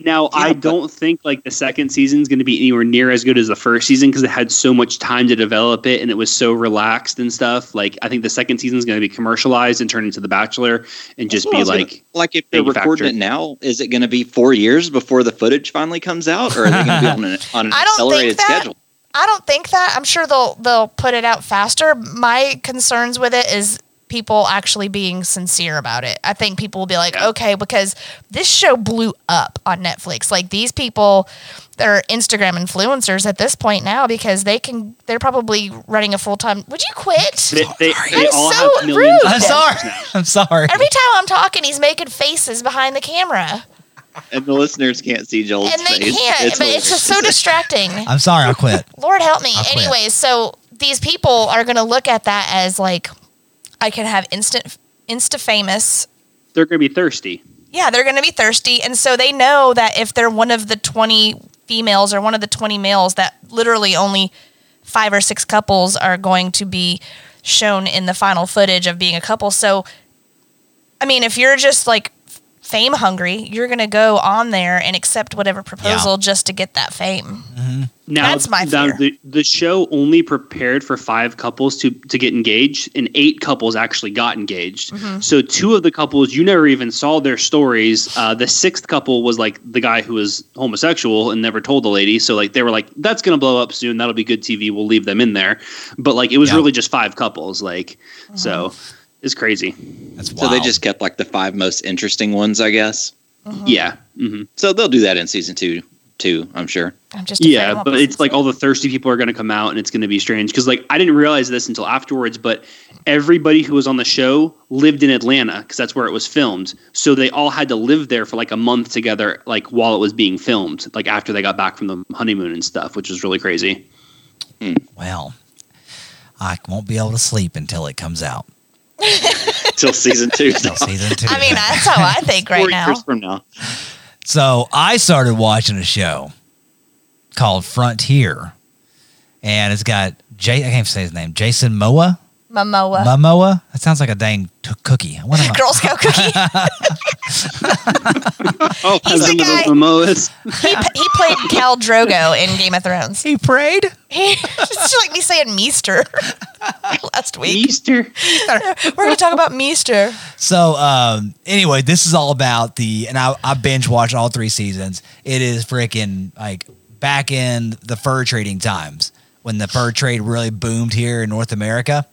[SPEAKER 4] Now, I
[SPEAKER 3] but-
[SPEAKER 4] don't think like the second season is going to be anywhere near as good as the first season because it had so much time to develop it and it was so relaxed and stuff. Like, I think the second season is going to be commercialized and turn into The Bachelor and just
[SPEAKER 3] Well, I
[SPEAKER 4] be
[SPEAKER 3] was gonna-
[SPEAKER 4] like.
[SPEAKER 3] like if they're
[SPEAKER 4] big
[SPEAKER 3] recording it
[SPEAKER 4] factor.
[SPEAKER 3] now, is it going to be four years before the footage finally comes out, or are they going to be on an, on an
[SPEAKER 1] I don't think
[SPEAKER 3] accelerated
[SPEAKER 1] that-
[SPEAKER 3] schedule?
[SPEAKER 1] I don't think that. I'm sure they'll they'll put it out faster. My concerns with it is people actually being sincere about it. I think people will be like, okay, because this show blew up on Netflix. Like these people, they're Instagram influencers at this point now because they can. They're probably running a full time. Would you quit?
[SPEAKER 4] They, they,
[SPEAKER 1] That
[SPEAKER 4] they
[SPEAKER 1] is
[SPEAKER 4] all
[SPEAKER 1] so
[SPEAKER 4] have millions
[SPEAKER 1] rude.
[SPEAKER 4] of
[SPEAKER 2] I'm
[SPEAKER 1] Okay.
[SPEAKER 2] sorry.
[SPEAKER 4] followers now.
[SPEAKER 2] I'm sorry.
[SPEAKER 1] Every time I'm talking, he's making faces behind the camera,
[SPEAKER 3] And the listeners can't see Joel's
[SPEAKER 1] and they
[SPEAKER 3] face.
[SPEAKER 1] can't. but it's
[SPEAKER 3] hilarious.
[SPEAKER 1] just so distracting.
[SPEAKER 2] I'm sorry. I quit.
[SPEAKER 1] Lord help me.
[SPEAKER 2] I'll quit.
[SPEAKER 1] Anyways, so these people are going to look at that as like, I can have instant, insta famous.
[SPEAKER 4] They're going to be thirsty.
[SPEAKER 1] Yeah, they're going to be thirsty, and so they know that if they're one of the twenty females or one of the twenty males, that literally only five or six couples are going to be shown in the final footage of being a couple. So, I mean, if you're just like fame hungry, you're going to go on there and accept whatever proposal just to get that fame.
[SPEAKER 2] Mm-hmm.
[SPEAKER 4] Now,
[SPEAKER 1] That's my
[SPEAKER 4] the,
[SPEAKER 1] fear.
[SPEAKER 4] the, the show only prepared for five couples to, to get engaged, and eight couples actually got engaged.
[SPEAKER 1] Mm-hmm.
[SPEAKER 4] So, two of the couples you never even saw their stories. Uh, the sixth couple was like the guy who was homosexual and never told the lady. So, like, they were like, "That's going to blow up soon. That'll be good TV. We'll leave them in there." But like, it was
[SPEAKER 2] Yeah.
[SPEAKER 4] really just five couples. Like, so
[SPEAKER 1] Mm-hmm.
[SPEAKER 4] it's crazy.
[SPEAKER 2] That's
[SPEAKER 3] So
[SPEAKER 2] wild.
[SPEAKER 3] they just kept like the five most interesting ones, I guess.
[SPEAKER 1] Mm-hmm.
[SPEAKER 4] Yeah. hmm
[SPEAKER 3] So they'll do that in season two, too. I'm sure.
[SPEAKER 1] I'm just afraid I
[SPEAKER 4] yeah
[SPEAKER 1] won't
[SPEAKER 4] but
[SPEAKER 1] be
[SPEAKER 4] it's like all the thirsty people are going to come out and it's going to be strange because like i didn't realize this until afterwards but everybody who was on the show lived in atlanta because that's where it was filmed so they all had to live there for like a month together like while it was being filmed like after they got back from the honeymoon and stuff which was really crazy
[SPEAKER 2] well. I won't be able to sleep until it comes out.
[SPEAKER 3] Till season two.
[SPEAKER 2] Till season two.
[SPEAKER 1] I mean, that's how I think right
[SPEAKER 3] Four
[SPEAKER 1] now.
[SPEAKER 3] years from now.
[SPEAKER 2] So I started watching a show called Frontier, and it's got Jay. I can't say his name. Jason Moa.
[SPEAKER 1] Momoa.
[SPEAKER 2] Momoa. That sounds like a dang t- cookie. What am I-
[SPEAKER 1] Girl Scout cookie.
[SPEAKER 4] oh
[SPEAKER 1] He's the guy-
[SPEAKER 4] Momoas.
[SPEAKER 1] he, he played Cal Drogo in Game of Thrones.
[SPEAKER 2] He prayed.
[SPEAKER 1] He, it's just like me saying Meester last week.
[SPEAKER 4] easter
[SPEAKER 1] We're going to talk about Meester.
[SPEAKER 2] So um, anyway, this is all about the, and I, I binge watched all three seasons. It is freaking like back in the fur trading times when the fur trade really boomed here in North America,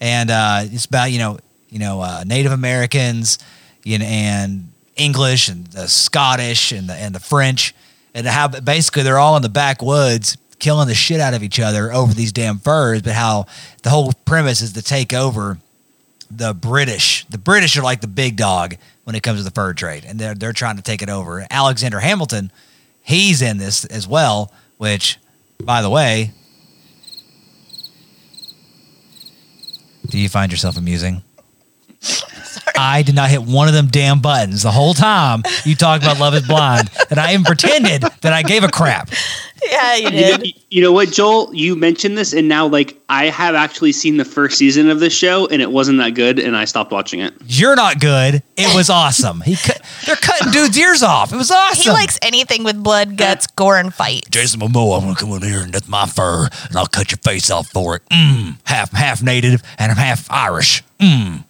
[SPEAKER 2] and uh, it's about you know you know uh, Native Americans, you know, and English and the Scottish and the and the French, and how basically they're all in the backwoods killing the shit out of each other over these damn furs, but how the whole premise is to take over the British. The British are like the big dog when it comes to the fur trade, and they're they're trying to take it over. Alexander Hamilton, he's in this as well. Which, by the way, do you find yourself amusing? I did not hit one of them damn buttons the whole time you talked about Love Is Blind, and I even pretended that I gave a crap.
[SPEAKER 1] Yeah. yeah, you
[SPEAKER 4] You know,
[SPEAKER 1] did.
[SPEAKER 4] you know what, Joel? You mentioned this, and now like I have actually seen the first season of this show, and it wasn't that good, and I stopped watching it.
[SPEAKER 2] You're not good. It was awesome. He cut, they're cutting dudes' ears off. It was awesome.
[SPEAKER 1] He likes anything with blood, guts, gore, and fight.
[SPEAKER 2] Jason Momoa, I'm gonna come in here and that's my fur, and I'll cut your face off for it. Mm, half half native and I'm half Irish. Mm.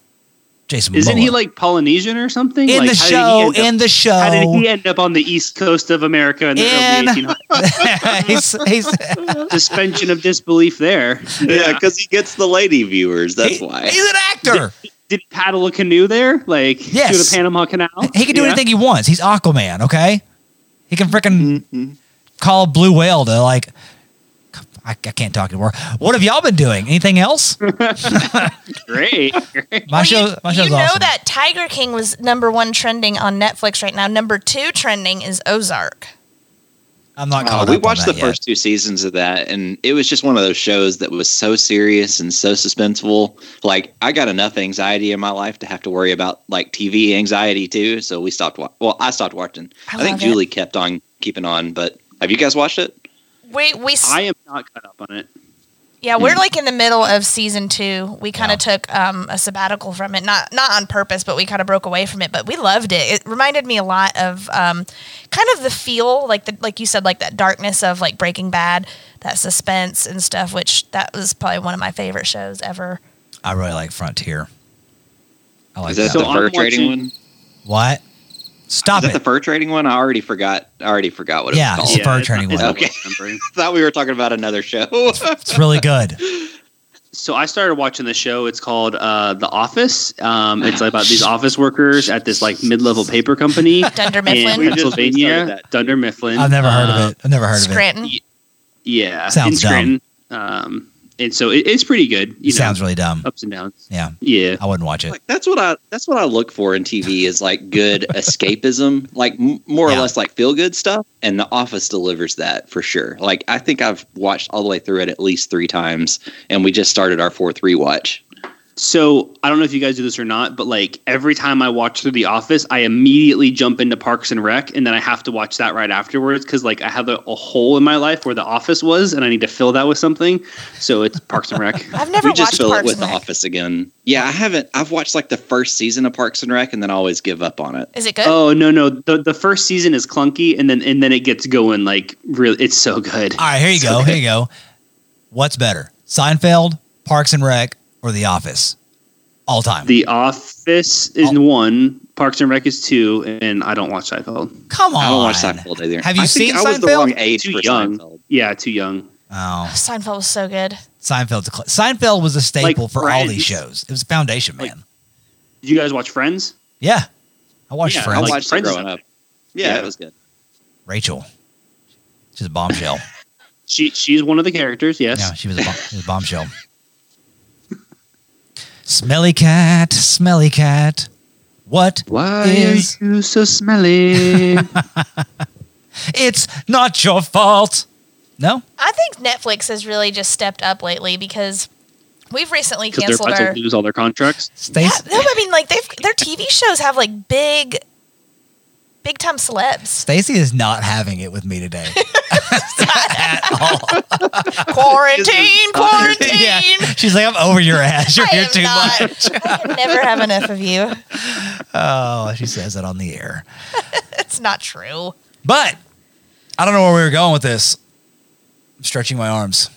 [SPEAKER 2] Jason
[SPEAKER 4] Isn't
[SPEAKER 2] Momoa.
[SPEAKER 4] he like Polynesian or something?
[SPEAKER 2] in
[SPEAKER 4] like,
[SPEAKER 2] the
[SPEAKER 4] how
[SPEAKER 2] show?
[SPEAKER 4] did he end up-
[SPEAKER 2] In the show,
[SPEAKER 4] How did he end up on the east coast of America in the
[SPEAKER 2] Oh. In-
[SPEAKER 4] early 1800s?
[SPEAKER 2] he's, he's,
[SPEAKER 4] Suspension of disbelief there.
[SPEAKER 3] Yeah, because he gets the lady viewers. That's
[SPEAKER 2] he-
[SPEAKER 3] why.
[SPEAKER 2] he's an actor.
[SPEAKER 4] Did he paddle a canoe there? Like
[SPEAKER 2] Yes.
[SPEAKER 4] through the Panama Canal?
[SPEAKER 2] He can do
[SPEAKER 4] Yeah.
[SPEAKER 2] anything he wants. He's Aquaman, okay? He can freaking
[SPEAKER 4] Mm-hmm.
[SPEAKER 2] call a blue whale to like. I, I can't talk anymore. What have y'all been doing? Anything else?
[SPEAKER 4] Great. great.
[SPEAKER 2] My
[SPEAKER 1] Well,
[SPEAKER 2] show,
[SPEAKER 1] you,
[SPEAKER 2] my show's
[SPEAKER 1] you know
[SPEAKER 2] awesome.
[SPEAKER 1] that Tiger King was number one trending on Netflix right now. Number two trending is Ozark.
[SPEAKER 2] I'm not.
[SPEAKER 3] Uh,
[SPEAKER 2] caught
[SPEAKER 3] we
[SPEAKER 2] up on
[SPEAKER 3] watched
[SPEAKER 2] that
[SPEAKER 3] the
[SPEAKER 2] yet.
[SPEAKER 3] first two seasons of that, and it was just one of those shows that was so serious and so suspenseful. Like, I got enough anxiety in my life to have to worry about like TV anxiety too. So we stopped. Wa- well, I stopped watching.
[SPEAKER 1] I
[SPEAKER 3] I, think
[SPEAKER 1] love it.
[SPEAKER 3] Julie kept on keeping on, but have you guys watched it?
[SPEAKER 1] We we s-
[SPEAKER 4] I am not caught up on it.
[SPEAKER 1] yeah we're
[SPEAKER 3] Hmm.
[SPEAKER 1] like in the middle of season two. We kind
[SPEAKER 2] Yeah.
[SPEAKER 1] of took um, a sabbatical from it, not not on purpose, but we kind of broke away from it. But we loved it. It reminded me a lot of um, kind of the feel like the like you said like that darkness of like Breaking Bad, that suspense and stuff. Which that was probably one of my favorite shows ever.
[SPEAKER 2] I really like Frontier. I like
[SPEAKER 3] Is that
[SPEAKER 2] that.
[SPEAKER 4] So
[SPEAKER 3] the
[SPEAKER 4] I'm
[SPEAKER 3] fur trading
[SPEAKER 4] watching-
[SPEAKER 3] one?
[SPEAKER 2] what?
[SPEAKER 3] Is
[SPEAKER 2] Stop
[SPEAKER 3] that the
[SPEAKER 2] it.
[SPEAKER 3] fur trading one? I already forgot. I already forgot what
[SPEAKER 2] Yeah,
[SPEAKER 3] it was
[SPEAKER 2] it's a fur
[SPEAKER 3] called.
[SPEAKER 4] it's
[SPEAKER 2] training
[SPEAKER 4] not- it's
[SPEAKER 2] one.
[SPEAKER 4] not
[SPEAKER 3] Okay.
[SPEAKER 4] remembering.
[SPEAKER 3] I thought we were talking about another show.
[SPEAKER 2] It's really good.
[SPEAKER 4] so I started watching the show. It's called uh, The Office. Um, it's about these office workers at this like mid-level paper company
[SPEAKER 1] Dunder
[SPEAKER 4] in
[SPEAKER 1] Mifflin,
[SPEAKER 3] We just restarted
[SPEAKER 4] Pennsylvania,
[SPEAKER 3] that.
[SPEAKER 4] Dunder Mifflin.
[SPEAKER 2] I've never heard
[SPEAKER 4] Uh,
[SPEAKER 2] of it. I've never heard of it.
[SPEAKER 1] Scranton.
[SPEAKER 4] Yeah,
[SPEAKER 2] Sounds
[SPEAKER 4] in Scranton. Um, and so it, it's pretty good. You
[SPEAKER 2] It sounds
[SPEAKER 4] know,
[SPEAKER 2] really dumb.
[SPEAKER 4] ups and downs.
[SPEAKER 2] Yeah,
[SPEAKER 4] Yeah,
[SPEAKER 2] I wouldn't watch it.
[SPEAKER 3] like that's what I that's what I look for in TV is like good escapism, like m- more
[SPEAKER 2] Yeah.
[SPEAKER 3] or less like feel good stuff, and The Office delivers that for sure. Like I think I've watched all the way through it at least three times, and we just started our fourth rewatch.
[SPEAKER 4] So I don't know if you guys do this or not, but like every time I watch through The Office, I immediately jump into Parks and Rec, and then I have to watch that right afterwards because like I have a, a hole in my life where The Office was, and I need to fill that with something. So it's Parks and Rec.
[SPEAKER 1] I've never
[SPEAKER 3] we just
[SPEAKER 1] watched
[SPEAKER 3] fill
[SPEAKER 1] Parks
[SPEAKER 3] it with
[SPEAKER 1] and
[SPEAKER 3] The
[SPEAKER 1] Rec.
[SPEAKER 3] Office again. Yeah, I haven't. I've watched like the first season of Parks and Rec, and then I always give up on it.
[SPEAKER 1] Is it good?
[SPEAKER 4] oh no, no, the the first season is clunky, and then and then it gets going like really, it's so good.
[SPEAKER 2] All right, here you go. Here you go. What's better, Seinfeld, Parks and Rec, or The Office? All time.
[SPEAKER 4] The Office is
[SPEAKER 2] Oh.
[SPEAKER 4] one, Parks and Rec is two, and I don't watch Seinfeld.
[SPEAKER 2] Come on.
[SPEAKER 3] I don't watch Seinfeld either.
[SPEAKER 2] Have you
[SPEAKER 3] I think
[SPEAKER 2] seen
[SPEAKER 3] I was the
[SPEAKER 2] Seinfeld?
[SPEAKER 3] wrong age
[SPEAKER 4] Too
[SPEAKER 3] for
[SPEAKER 4] young.
[SPEAKER 3] Seinfeld.
[SPEAKER 4] Yeah, too young.
[SPEAKER 2] Oh,
[SPEAKER 1] Seinfeld was so good.
[SPEAKER 2] Seinfeld's a cl- Seinfeld was a staple
[SPEAKER 4] Like
[SPEAKER 2] for all
[SPEAKER 4] Friends.
[SPEAKER 2] these shows. It was foundation, man.
[SPEAKER 4] Like- Did you guys watch Friends?
[SPEAKER 2] yeah, I watched
[SPEAKER 4] Yeah,
[SPEAKER 3] I
[SPEAKER 2] Friends.
[SPEAKER 4] like
[SPEAKER 3] watched it
[SPEAKER 4] Friends is
[SPEAKER 3] growing
[SPEAKER 4] up
[SPEAKER 3] up. Yeah,
[SPEAKER 4] Yeah.
[SPEAKER 3] it was good.
[SPEAKER 2] Rachel, she's a bombshell.
[SPEAKER 4] She she's one of the characters. Yes.
[SPEAKER 2] Yeah, she was a, bomb, she was a bombshell. smelly cat, smelly cat. What?
[SPEAKER 4] Why
[SPEAKER 2] is-
[SPEAKER 4] are you so smelly?
[SPEAKER 2] It's not your fault. No,
[SPEAKER 1] I think Netflix has really just stepped up lately because we've recently
[SPEAKER 4] Because they're
[SPEAKER 1] canceled
[SPEAKER 4] about
[SPEAKER 1] our.
[SPEAKER 4] to lose all their contracts.
[SPEAKER 1] Yeah,
[SPEAKER 2] Stacy.
[SPEAKER 1] no, I mean like they've their TV shows have like big, big time celebs.
[SPEAKER 2] Stacy is not having it with me today at all.
[SPEAKER 1] Quarantine, quarantine.
[SPEAKER 2] yeah, she's like, I'm over your ass. You're
[SPEAKER 1] I
[SPEAKER 2] here
[SPEAKER 1] am
[SPEAKER 2] too
[SPEAKER 1] not.
[SPEAKER 2] much.
[SPEAKER 1] I can never have enough of you.
[SPEAKER 2] Oh, she says it on the air.
[SPEAKER 1] It's not true.
[SPEAKER 2] But I don't know where we were going with this. I'm stretching my arms.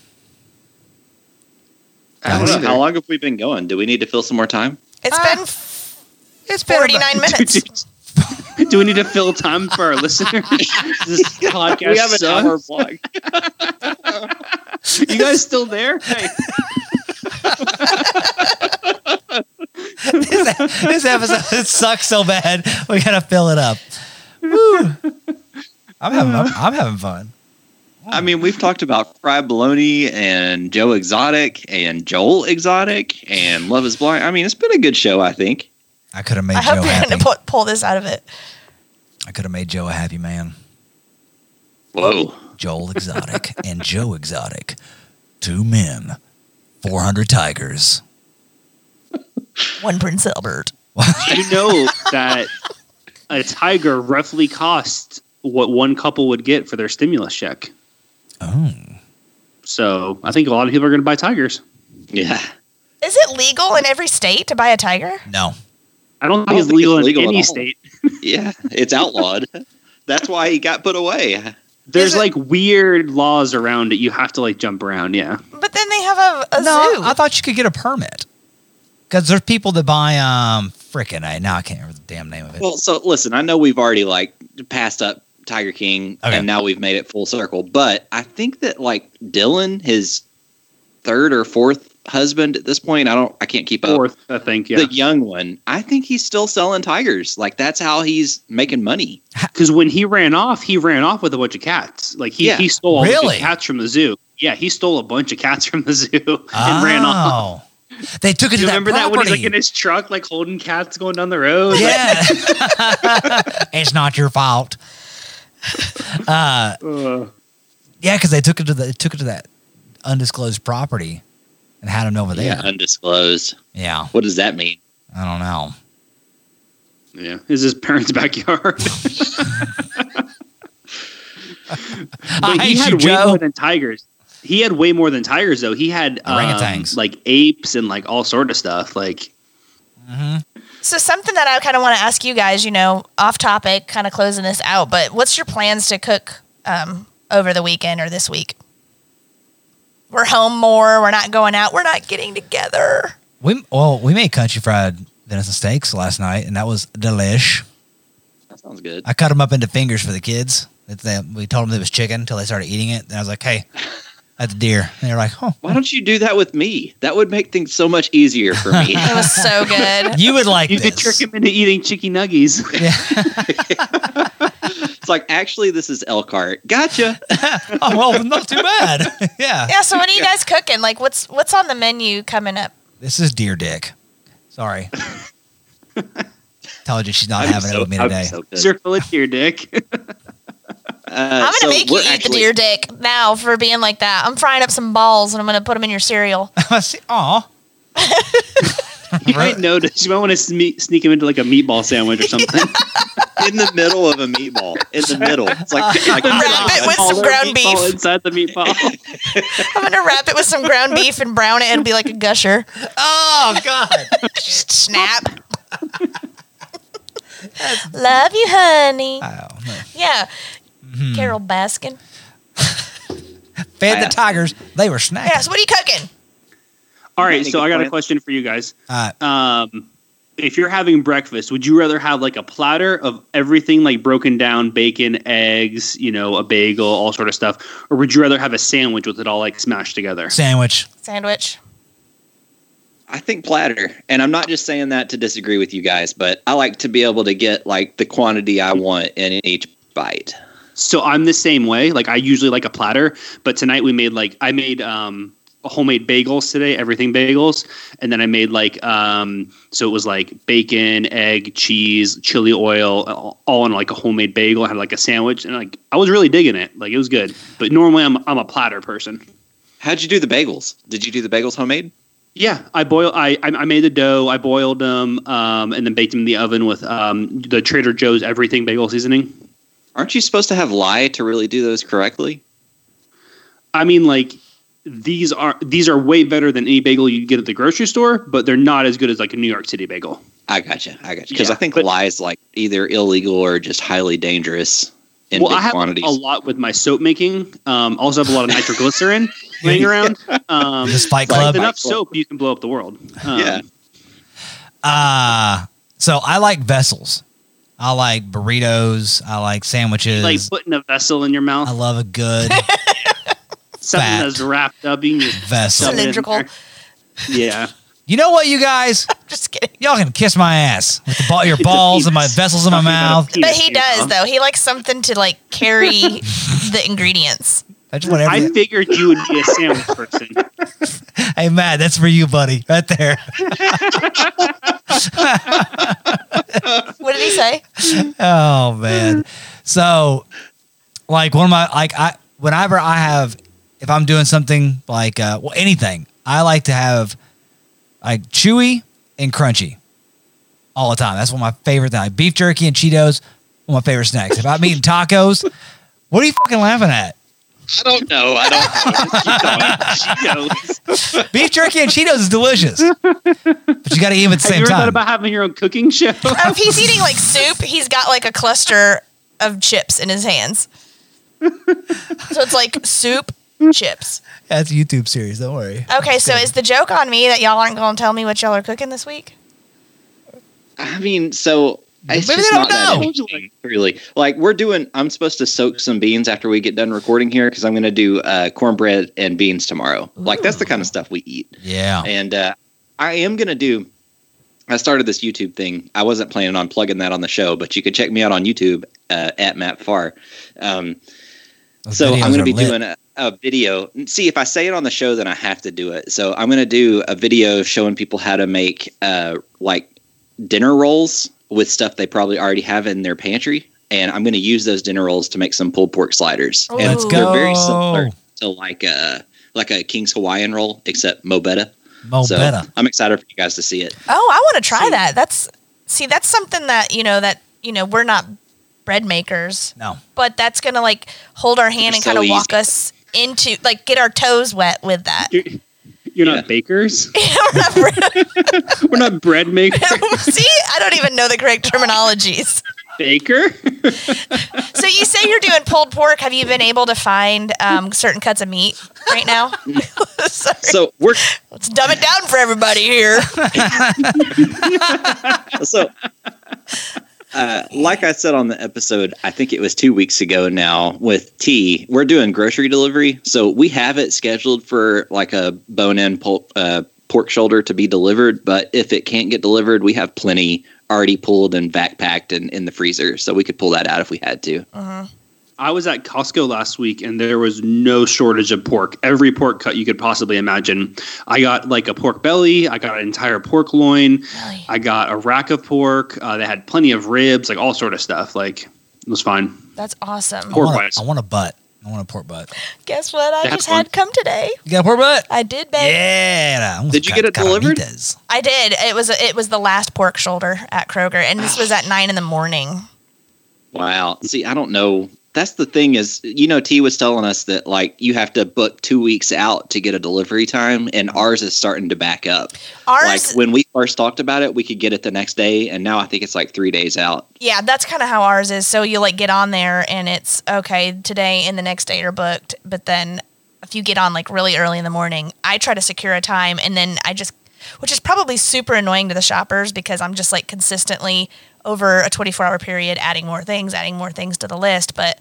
[SPEAKER 3] I don't
[SPEAKER 2] Guys.
[SPEAKER 3] know. How long have we been going? Do we need to fill some more time?
[SPEAKER 1] It's
[SPEAKER 2] Ah,
[SPEAKER 1] been
[SPEAKER 2] It's been about-
[SPEAKER 1] forty nine minutes.
[SPEAKER 4] Do we need to fill time for our listeners? this podcast
[SPEAKER 3] we have an
[SPEAKER 4] sucks.
[SPEAKER 3] hour block.
[SPEAKER 4] You guys still there? Hey,
[SPEAKER 2] this, e-, this episode it sucks so bad. We gotta fill it up. Woo. I'm having I'm, I'm having fun.
[SPEAKER 3] I mean, we've talked about Fry Baloney and Joe Exotic and Joel Exotic and Love is Blind. I mean, it's been a good show, I think.
[SPEAKER 2] I could have made
[SPEAKER 1] I
[SPEAKER 2] Joe
[SPEAKER 1] hope you're
[SPEAKER 2] happy.
[SPEAKER 1] going to pull, pull this out of it.
[SPEAKER 2] I could have made Joe a happy man.
[SPEAKER 3] Whoa.
[SPEAKER 2] Joel Exotic and Joe Exotic, two men, four hundred tigers.
[SPEAKER 1] One Prince Albert.
[SPEAKER 4] do you know that a tiger roughly costs what one couple would get for their stimulus check?
[SPEAKER 2] Oh.
[SPEAKER 4] So I think a lot of people are going to buy tigers.
[SPEAKER 3] Yeah.
[SPEAKER 1] Is it legal in every state to buy a tiger?
[SPEAKER 2] No.
[SPEAKER 4] I
[SPEAKER 3] I
[SPEAKER 4] don't think
[SPEAKER 3] don't
[SPEAKER 4] it's
[SPEAKER 3] think
[SPEAKER 4] legal
[SPEAKER 3] it's legal at
[SPEAKER 4] in any
[SPEAKER 3] all.
[SPEAKER 4] state.
[SPEAKER 3] Yeah. It's outlawed. That's why he got put away.
[SPEAKER 4] There's
[SPEAKER 1] it-
[SPEAKER 4] like weird laws around it. You have to like jump around. Yeah.
[SPEAKER 1] But then they have a, a
[SPEAKER 2] no,
[SPEAKER 1] zoo.
[SPEAKER 2] I thought you could get a permit. Because there's people that buy um frickin' I now I can't remember the damn name of it.
[SPEAKER 3] Well, so listen, I know we've already like passed up Tiger King
[SPEAKER 2] Okay.
[SPEAKER 3] and now we've made it full circle, but I think that like Dylan, his third or fourth husband at this point, I don't I can't keep up.
[SPEAKER 4] Fourth, I think. Yeah.
[SPEAKER 3] The young one, I think he's still selling tigers. Like that's how he's making money.
[SPEAKER 4] Because when he ran off, he ran off with a bunch of cats. Like he,
[SPEAKER 3] Yeah.
[SPEAKER 4] he stole a bunch
[SPEAKER 2] Really?
[SPEAKER 4] of cats from the zoo. Yeah, he stole a bunch of cats from the zoo and ran off.
[SPEAKER 2] Oh. They took it
[SPEAKER 4] Do
[SPEAKER 2] to
[SPEAKER 4] you
[SPEAKER 2] that
[SPEAKER 4] remember that when he's like
[SPEAKER 2] property.
[SPEAKER 4] in his truck, like holding cats going down the road?
[SPEAKER 2] yeah. it's not your fault. Uh,
[SPEAKER 4] Uh,
[SPEAKER 2] yeah, because they took it to the took it to that undisclosed property and had him over there. Yeah.
[SPEAKER 3] undisclosed. What does that mean?
[SPEAKER 2] I don't know.
[SPEAKER 4] yeah. Is his parents' backyard?
[SPEAKER 2] I
[SPEAKER 4] But he
[SPEAKER 2] hate
[SPEAKER 4] had
[SPEAKER 2] you,
[SPEAKER 4] way
[SPEAKER 2] Joe.
[SPEAKER 4] more than tigers. He had way more than tigers, though. He had um,
[SPEAKER 2] Orangutans.
[SPEAKER 4] like apes and like all sort of stuff. Like
[SPEAKER 2] Mhm.
[SPEAKER 1] So something that I kind of want to ask you guys, you know, off topic, kind of closing this out, but what's your plans to cook um, over the weekend or this week? We're home more. We're not going out. We're not getting together.
[SPEAKER 2] We well, we made country fried venison steaks last night, and that was delish.
[SPEAKER 3] That sounds good.
[SPEAKER 2] I cut them up into fingers for the kids. It's that- we told them it was chicken until they started eating it. And I was like, "Hey, that's deer." And they were like, "Oh,
[SPEAKER 3] Why don't you do that with me? That would make things so much easier for me.
[SPEAKER 1] It was so good.
[SPEAKER 2] you would like
[SPEAKER 4] you
[SPEAKER 2] this."
[SPEAKER 4] could trick him into eating chicken nuggies.
[SPEAKER 2] Yeah.
[SPEAKER 3] it's like actually this is Elkhart. Gotcha.
[SPEAKER 2] oh well, not too bad. yeah.
[SPEAKER 1] Yeah. So what are you guys cooking? Like, what's what's on the menu coming up?
[SPEAKER 2] This is deer dick. Sorry. Told you she's not
[SPEAKER 3] I'm
[SPEAKER 2] having it
[SPEAKER 3] so-
[SPEAKER 2] with me
[SPEAKER 3] I'm
[SPEAKER 2] today.
[SPEAKER 3] so good.
[SPEAKER 4] Is there fillet to your dick?
[SPEAKER 3] Uh,
[SPEAKER 1] I'm
[SPEAKER 3] so
[SPEAKER 1] gonna make you
[SPEAKER 3] we're
[SPEAKER 1] eat the
[SPEAKER 3] actually-
[SPEAKER 1] deer dick now for being like that. I'm frying up some balls and I'm gonna put them in your cereal.
[SPEAKER 2] See, Aw.
[SPEAKER 4] You might notice. You might want to sme- sneak him into like a meatball sandwich or something.
[SPEAKER 3] in the middle of a meatball. In the middle. It's like, like
[SPEAKER 1] Wrap it with some
[SPEAKER 4] All
[SPEAKER 1] ground
[SPEAKER 4] meatball
[SPEAKER 1] beef.
[SPEAKER 4] inside the meatball.
[SPEAKER 1] I'm gonna wrap it with some ground beef and brown it and be like a gusher.
[SPEAKER 2] Oh God.
[SPEAKER 1] Just snap. Love you, honey.
[SPEAKER 4] Uh,
[SPEAKER 2] oh, no.
[SPEAKER 1] Yeah,
[SPEAKER 4] hmm.
[SPEAKER 1] Carol Baskin.
[SPEAKER 2] Mm-hmm. Fed the tigers. They were snacking.
[SPEAKER 1] Yeah. So what are you cooking?
[SPEAKER 4] All right,
[SPEAKER 3] Any
[SPEAKER 4] so
[SPEAKER 3] good
[SPEAKER 4] I got a
[SPEAKER 3] plans?
[SPEAKER 4] question for you guys.
[SPEAKER 2] Uh,
[SPEAKER 4] Um, if you're having breakfast, would you rather have like a platter of everything, like broken down bacon, eggs, you know, a bagel, all sort of stuff, or would you rather have a sandwich with it all like smashed together?
[SPEAKER 2] sandwich.
[SPEAKER 1] Sandwich.
[SPEAKER 3] I think platter. And I'm not just saying that to disagree with you guys, but I like to be able to get like the quantity I want in each bite.
[SPEAKER 4] So I'm the same way. Like I usually like a platter, but tonight we made like I made um homemade bagels today, everything bagels, and then I made like um so it was like bacon, egg, cheese, chili oil, all- all in like a homemade bagel. I had like a sandwich, and like I was really digging it. Like it was good. But normally I'm I'm a platter person.
[SPEAKER 3] How'd you do the bagels? Did you do the bagels homemade?
[SPEAKER 4] Yeah, I boil. I I I made the dough. I boiled them, um, and then baked them in the oven with um, the Trader Joe's everything bagel seasoning.
[SPEAKER 3] Aren't you supposed to have lye to really do those correctly?
[SPEAKER 4] I mean, like these are these are way better than any bagel you get at the grocery store, but they're not as good as like a New York City bagel.
[SPEAKER 3] I gotcha. I gotcha. Because
[SPEAKER 4] Yeah,
[SPEAKER 3] I think
[SPEAKER 4] but-
[SPEAKER 3] lye is like either illegal or just highly dangerous in
[SPEAKER 4] well,
[SPEAKER 3] big
[SPEAKER 4] I have
[SPEAKER 3] quantities.
[SPEAKER 4] a lot with my soap making. Um, also have a lot of nitroglycerin laying around. Um,
[SPEAKER 2] This Fight
[SPEAKER 4] like,
[SPEAKER 2] Club.
[SPEAKER 4] with enough soap, you can blow up the world. Um,
[SPEAKER 3] Yeah.
[SPEAKER 2] Uh, so I like vessels. I like burritos. I like sandwiches.
[SPEAKER 4] Like putting a vessel in your mouth,
[SPEAKER 2] I love a good
[SPEAKER 4] something
[SPEAKER 2] fat.
[SPEAKER 4] that's wrapped up. You can just
[SPEAKER 2] vessel.
[SPEAKER 4] Something in
[SPEAKER 1] Cylindrical.
[SPEAKER 4] there. Yeah.
[SPEAKER 2] You know what, you guys?
[SPEAKER 1] Just kidding.
[SPEAKER 2] Y'all can kiss my ass with the ball, your balls and my
[SPEAKER 4] penis.
[SPEAKER 2] vessels in my
[SPEAKER 4] Talking about a
[SPEAKER 2] mouth.
[SPEAKER 1] But
[SPEAKER 4] penis,
[SPEAKER 1] he
[SPEAKER 4] you
[SPEAKER 1] does
[SPEAKER 4] know?
[SPEAKER 1] though. He likes something to like carry the ingredients.
[SPEAKER 2] I just want everything.
[SPEAKER 4] I figured you would be a sandwich person.
[SPEAKER 2] Hey Matt, that's for you, buddy, right there.
[SPEAKER 1] What did he say?
[SPEAKER 2] Oh man. So like one of my like I whenever I have if I'm doing something like uh well anything, I like to have like chewy and crunchy all the time. That's one of my favorite things. Like beef jerky and Cheetos, one of my favorite snacks. If I'm eating tacos, what are you fucking laughing at?
[SPEAKER 4] I don't know. I don't know. Cheetos. Cheetos.
[SPEAKER 2] Beef jerky and Cheetos is delicious, but you got to eat them at the
[SPEAKER 4] Have
[SPEAKER 2] same
[SPEAKER 4] you ever thought
[SPEAKER 2] time.
[SPEAKER 4] about having your own cooking show?
[SPEAKER 1] Oh, if he's eating like soup, he's got like a cluster of chips in his hands. so it's like soup, chips.
[SPEAKER 2] That's a YouTube series. Don't worry.
[SPEAKER 1] Okay, so is the joke on me that y'all aren't going to tell me what y'all are cooking this week?
[SPEAKER 3] I mean, so it's
[SPEAKER 2] Maybe
[SPEAKER 3] just
[SPEAKER 2] they don't
[SPEAKER 3] not that
[SPEAKER 2] know.
[SPEAKER 3] interesting, really. Like we're doing, I'm supposed to soak some beans after we get done recording here because I'm going to do uh, cornbread and beans tomorrow. Like that's the kind of stuff we eat.
[SPEAKER 2] Yeah.
[SPEAKER 3] And uh, I am going to do. I started this YouTube thing. I wasn't planning on plugging that on the show, but you could check me out on YouTube uh, at Matt Farr. Um,
[SPEAKER 2] Those videos
[SPEAKER 3] so I'm going
[SPEAKER 2] are
[SPEAKER 3] to be
[SPEAKER 2] lit.
[SPEAKER 3] doing a, a video. See, if I say it on the show, then I have to do it. So I'm going to do a video showing people how to make uh, like dinner rolls with stuff they probably already have in their pantry, and I'm going to use those dinner rolls to make some pulled pork sliders. And
[SPEAKER 1] Let's
[SPEAKER 3] They're very
[SPEAKER 2] go.
[SPEAKER 3] similar to like a like a King's Hawaiian roll, except mo better.
[SPEAKER 2] Mo
[SPEAKER 3] so
[SPEAKER 2] better.
[SPEAKER 3] I'm excited for you guys to see it.
[SPEAKER 1] Oh, I want to try that. That's see, that's something that you know that you know we're not bread makers,
[SPEAKER 2] No.
[SPEAKER 1] but that's gonna like hold our hand
[SPEAKER 3] They're
[SPEAKER 1] and
[SPEAKER 3] so
[SPEAKER 1] kind of walk
[SPEAKER 3] easy.
[SPEAKER 1] us into like get our toes wet with that.
[SPEAKER 4] You're, you're
[SPEAKER 3] Yeah.
[SPEAKER 4] not bakers.
[SPEAKER 1] We're not bread-
[SPEAKER 4] We're not bread maker.
[SPEAKER 1] see, I don't even know the correct terminologies.
[SPEAKER 4] Baker.
[SPEAKER 1] So you say you're doing pulled pork. Have you been able to find um, certain cuts of meat right now? Sorry.
[SPEAKER 3] So we're
[SPEAKER 1] Let's dumb it down for everybody here.
[SPEAKER 3] so uh, like i said on the episode i think it was two weeks ago now with t we're doing grocery delivery so we have it scheduled for like a bone-in pulp, uh, pork shoulder to be delivered but if it can't get delivered we have plenty already pulled and back packed and in the freezer so we could pull that out if we had to
[SPEAKER 1] Mm-hmm.
[SPEAKER 4] I was at Costco last week and there was no shortage of pork. Every pork cut you could possibly imagine. I got like a pork belly, I got an entire pork loin,
[SPEAKER 1] Belly.
[SPEAKER 4] I got a rack of pork. Uh, they had plenty of ribs, like all sort of stuff. Like it was fine.
[SPEAKER 1] That's awesome.
[SPEAKER 2] I
[SPEAKER 4] Pork
[SPEAKER 2] want,
[SPEAKER 4] bites.
[SPEAKER 2] a, I want a butt. I want a pork butt.
[SPEAKER 1] Guess what? I
[SPEAKER 4] That's
[SPEAKER 1] just
[SPEAKER 4] fun.
[SPEAKER 1] had come today.
[SPEAKER 2] You got a pork butt?
[SPEAKER 1] I did, babe.
[SPEAKER 2] Yeah. I want
[SPEAKER 3] Did
[SPEAKER 2] some
[SPEAKER 3] you get
[SPEAKER 2] car-
[SPEAKER 3] it delivered?
[SPEAKER 2] carnitas.
[SPEAKER 1] I did. It was it was the last pork shoulder at Kroger, and this was at nine in the morning.
[SPEAKER 3] wow see i don't know that's the thing is you know t was telling us that like you have to book two weeks out to get a delivery time and ours is starting to back up
[SPEAKER 1] Ours,
[SPEAKER 3] like when we first talked about it, we could get it the next day, and now I think it's like three days out.
[SPEAKER 1] yeah, that's kind of how ours is. So you like get on there, and it's okay today and the next day are booked. But then if you get on like really early in the morning, I try to secure a time, and then I just, which is probably super annoying to the shoppers because I'm just like consistently over a 24 hour period adding more things, adding more things to the list, but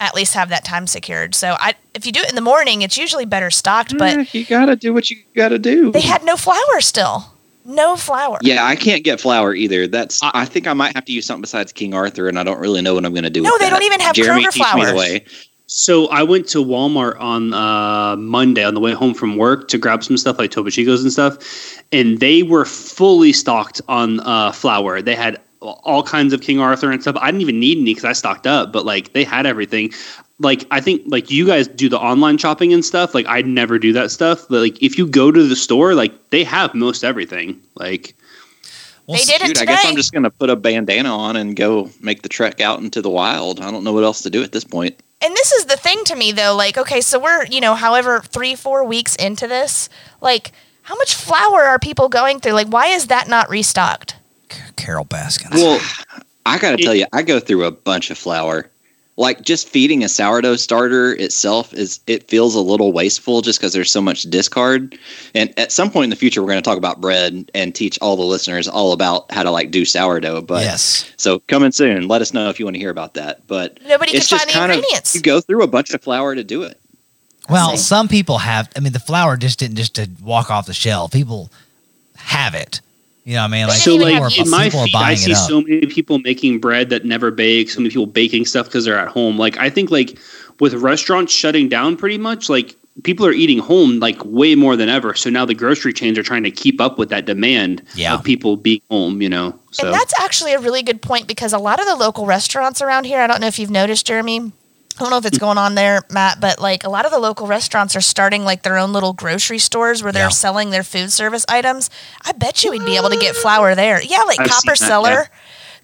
[SPEAKER 1] at least have that time secured. So I, if you do it in the morning, it's usually better stocked, but
[SPEAKER 3] you gotta do what you gotta do.
[SPEAKER 1] They had no flour still. No flour.
[SPEAKER 3] yeah, I can't get flour either. That's
[SPEAKER 4] I-
[SPEAKER 3] I, think I might have to use something besides King Arthur, and I don't really know what I'm gonna do.
[SPEAKER 1] No,
[SPEAKER 3] with
[SPEAKER 1] they
[SPEAKER 3] that.
[SPEAKER 1] don't even have
[SPEAKER 3] Jeremy,
[SPEAKER 1] Kroger
[SPEAKER 3] teach me
[SPEAKER 1] flour.
[SPEAKER 3] the way.
[SPEAKER 4] So I went to Walmart on uh, Monday on the way home from work to grab some stuff like Topo Chicos and stuff, and they were fully stocked on uh, flour. They had all kinds of King Arthur and stuff. I didn't even need any because I stocked up, but like they had everything. Like I think like you guys do the online shopping and stuff. Like I never do that stuff, but like if you go to the store, like they have most everything. Like
[SPEAKER 2] Well,
[SPEAKER 1] they
[SPEAKER 2] s-
[SPEAKER 1] did it
[SPEAKER 3] Dude, I
[SPEAKER 1] today.
[SPEAKER 3] guess I'm just gonna put a bandana on and go make the trek out into the wild. I don't know what else to do at this point.
[SPEAKER 1] and this is the thing to me though, like, okay, so we're, you know, however three, four weeks into this, like, how much flour are people going through? Like, why is that not restocked?
[SPEAKER 2] Carol Baskins.
[SPEAKER 3] Well, I gotta
[SPEAKER 4] It-
[SPEAKER 3] tell you, I go through a bunch of flour. Like just feeding a sourdough starter itself is it feels a little wasteful just because there's so much discard. And at some point in the future, we're going to talk about bread and teach all the listeners all about how to like do sourdough. But
[SPEAKER 2] yes.
[SPEAKER 3] so coming soon, let us know if you want to hear about that. But
[SPEAKER 1] Nobody
[SPEAKER 3] it's
[SPEAKER 1] could
[SPEAKER 3] just
[SPEAKER 1] find the
[SPEAKER 3] kind of
[SPEAKER 1] ingredients.
[SPEAKER 3] you go through a bunch of flour to do it.
[SPEAKER 2] Well,
[SPEAKER 1] see.
[SPEAKER 2] some people have. I mean, the flour just didn't just to walk off the shelf. People have it. You know what I mean?
[SPEAKER 1] They
[SPEAKER 2] Like,
[SPEAKER 1] didn't
[SPEAKER 4] so
[SPEAKER 1] even have
[SPEAKER 2] people, are,
[SPEAKER 4] like
[SPEAKER 1] yeast.
[SPEAKER 4] in my
[SPEAKER 2] people are
[SPEAKER 4] feed, I
[SPEAKER 2] buying it
[SPEAKER 4] see
[SPEAKER 2] up.
[SPEAKER 4] so many people making bread that never bake. So many people baking stuff because they're at home. Like I think like with restaurants shutting down pretty much, like people are eating home like way more than ever. So now the grocery chains are trying to keep up with that demand
[SPEAKER 2] Yeah.
[SPEAKER 4] of people being home. You know, so
[SPEAKER 1] And that's actually a really good point because a lot of the local restaurants around here, I don't know if you've noticed, Jeremy. I don't know if
[SPEAKER 4] Mm.
[SPEAKER 1] it's going on there, Matt, but like a lot of the local restaurants are starting like their own little grocery stores where they're
[SPEAKER 2] Yeah.
[SPEAKER 1] selling their food service items. I bet you we'd be able to get flour there. Yeah, like
[SPEAKER 4] I've
[SPEAKER 1] Copper
[SPEAKER 4] seen that, Mm-hmm.
[SPEAKER 1] Cellar.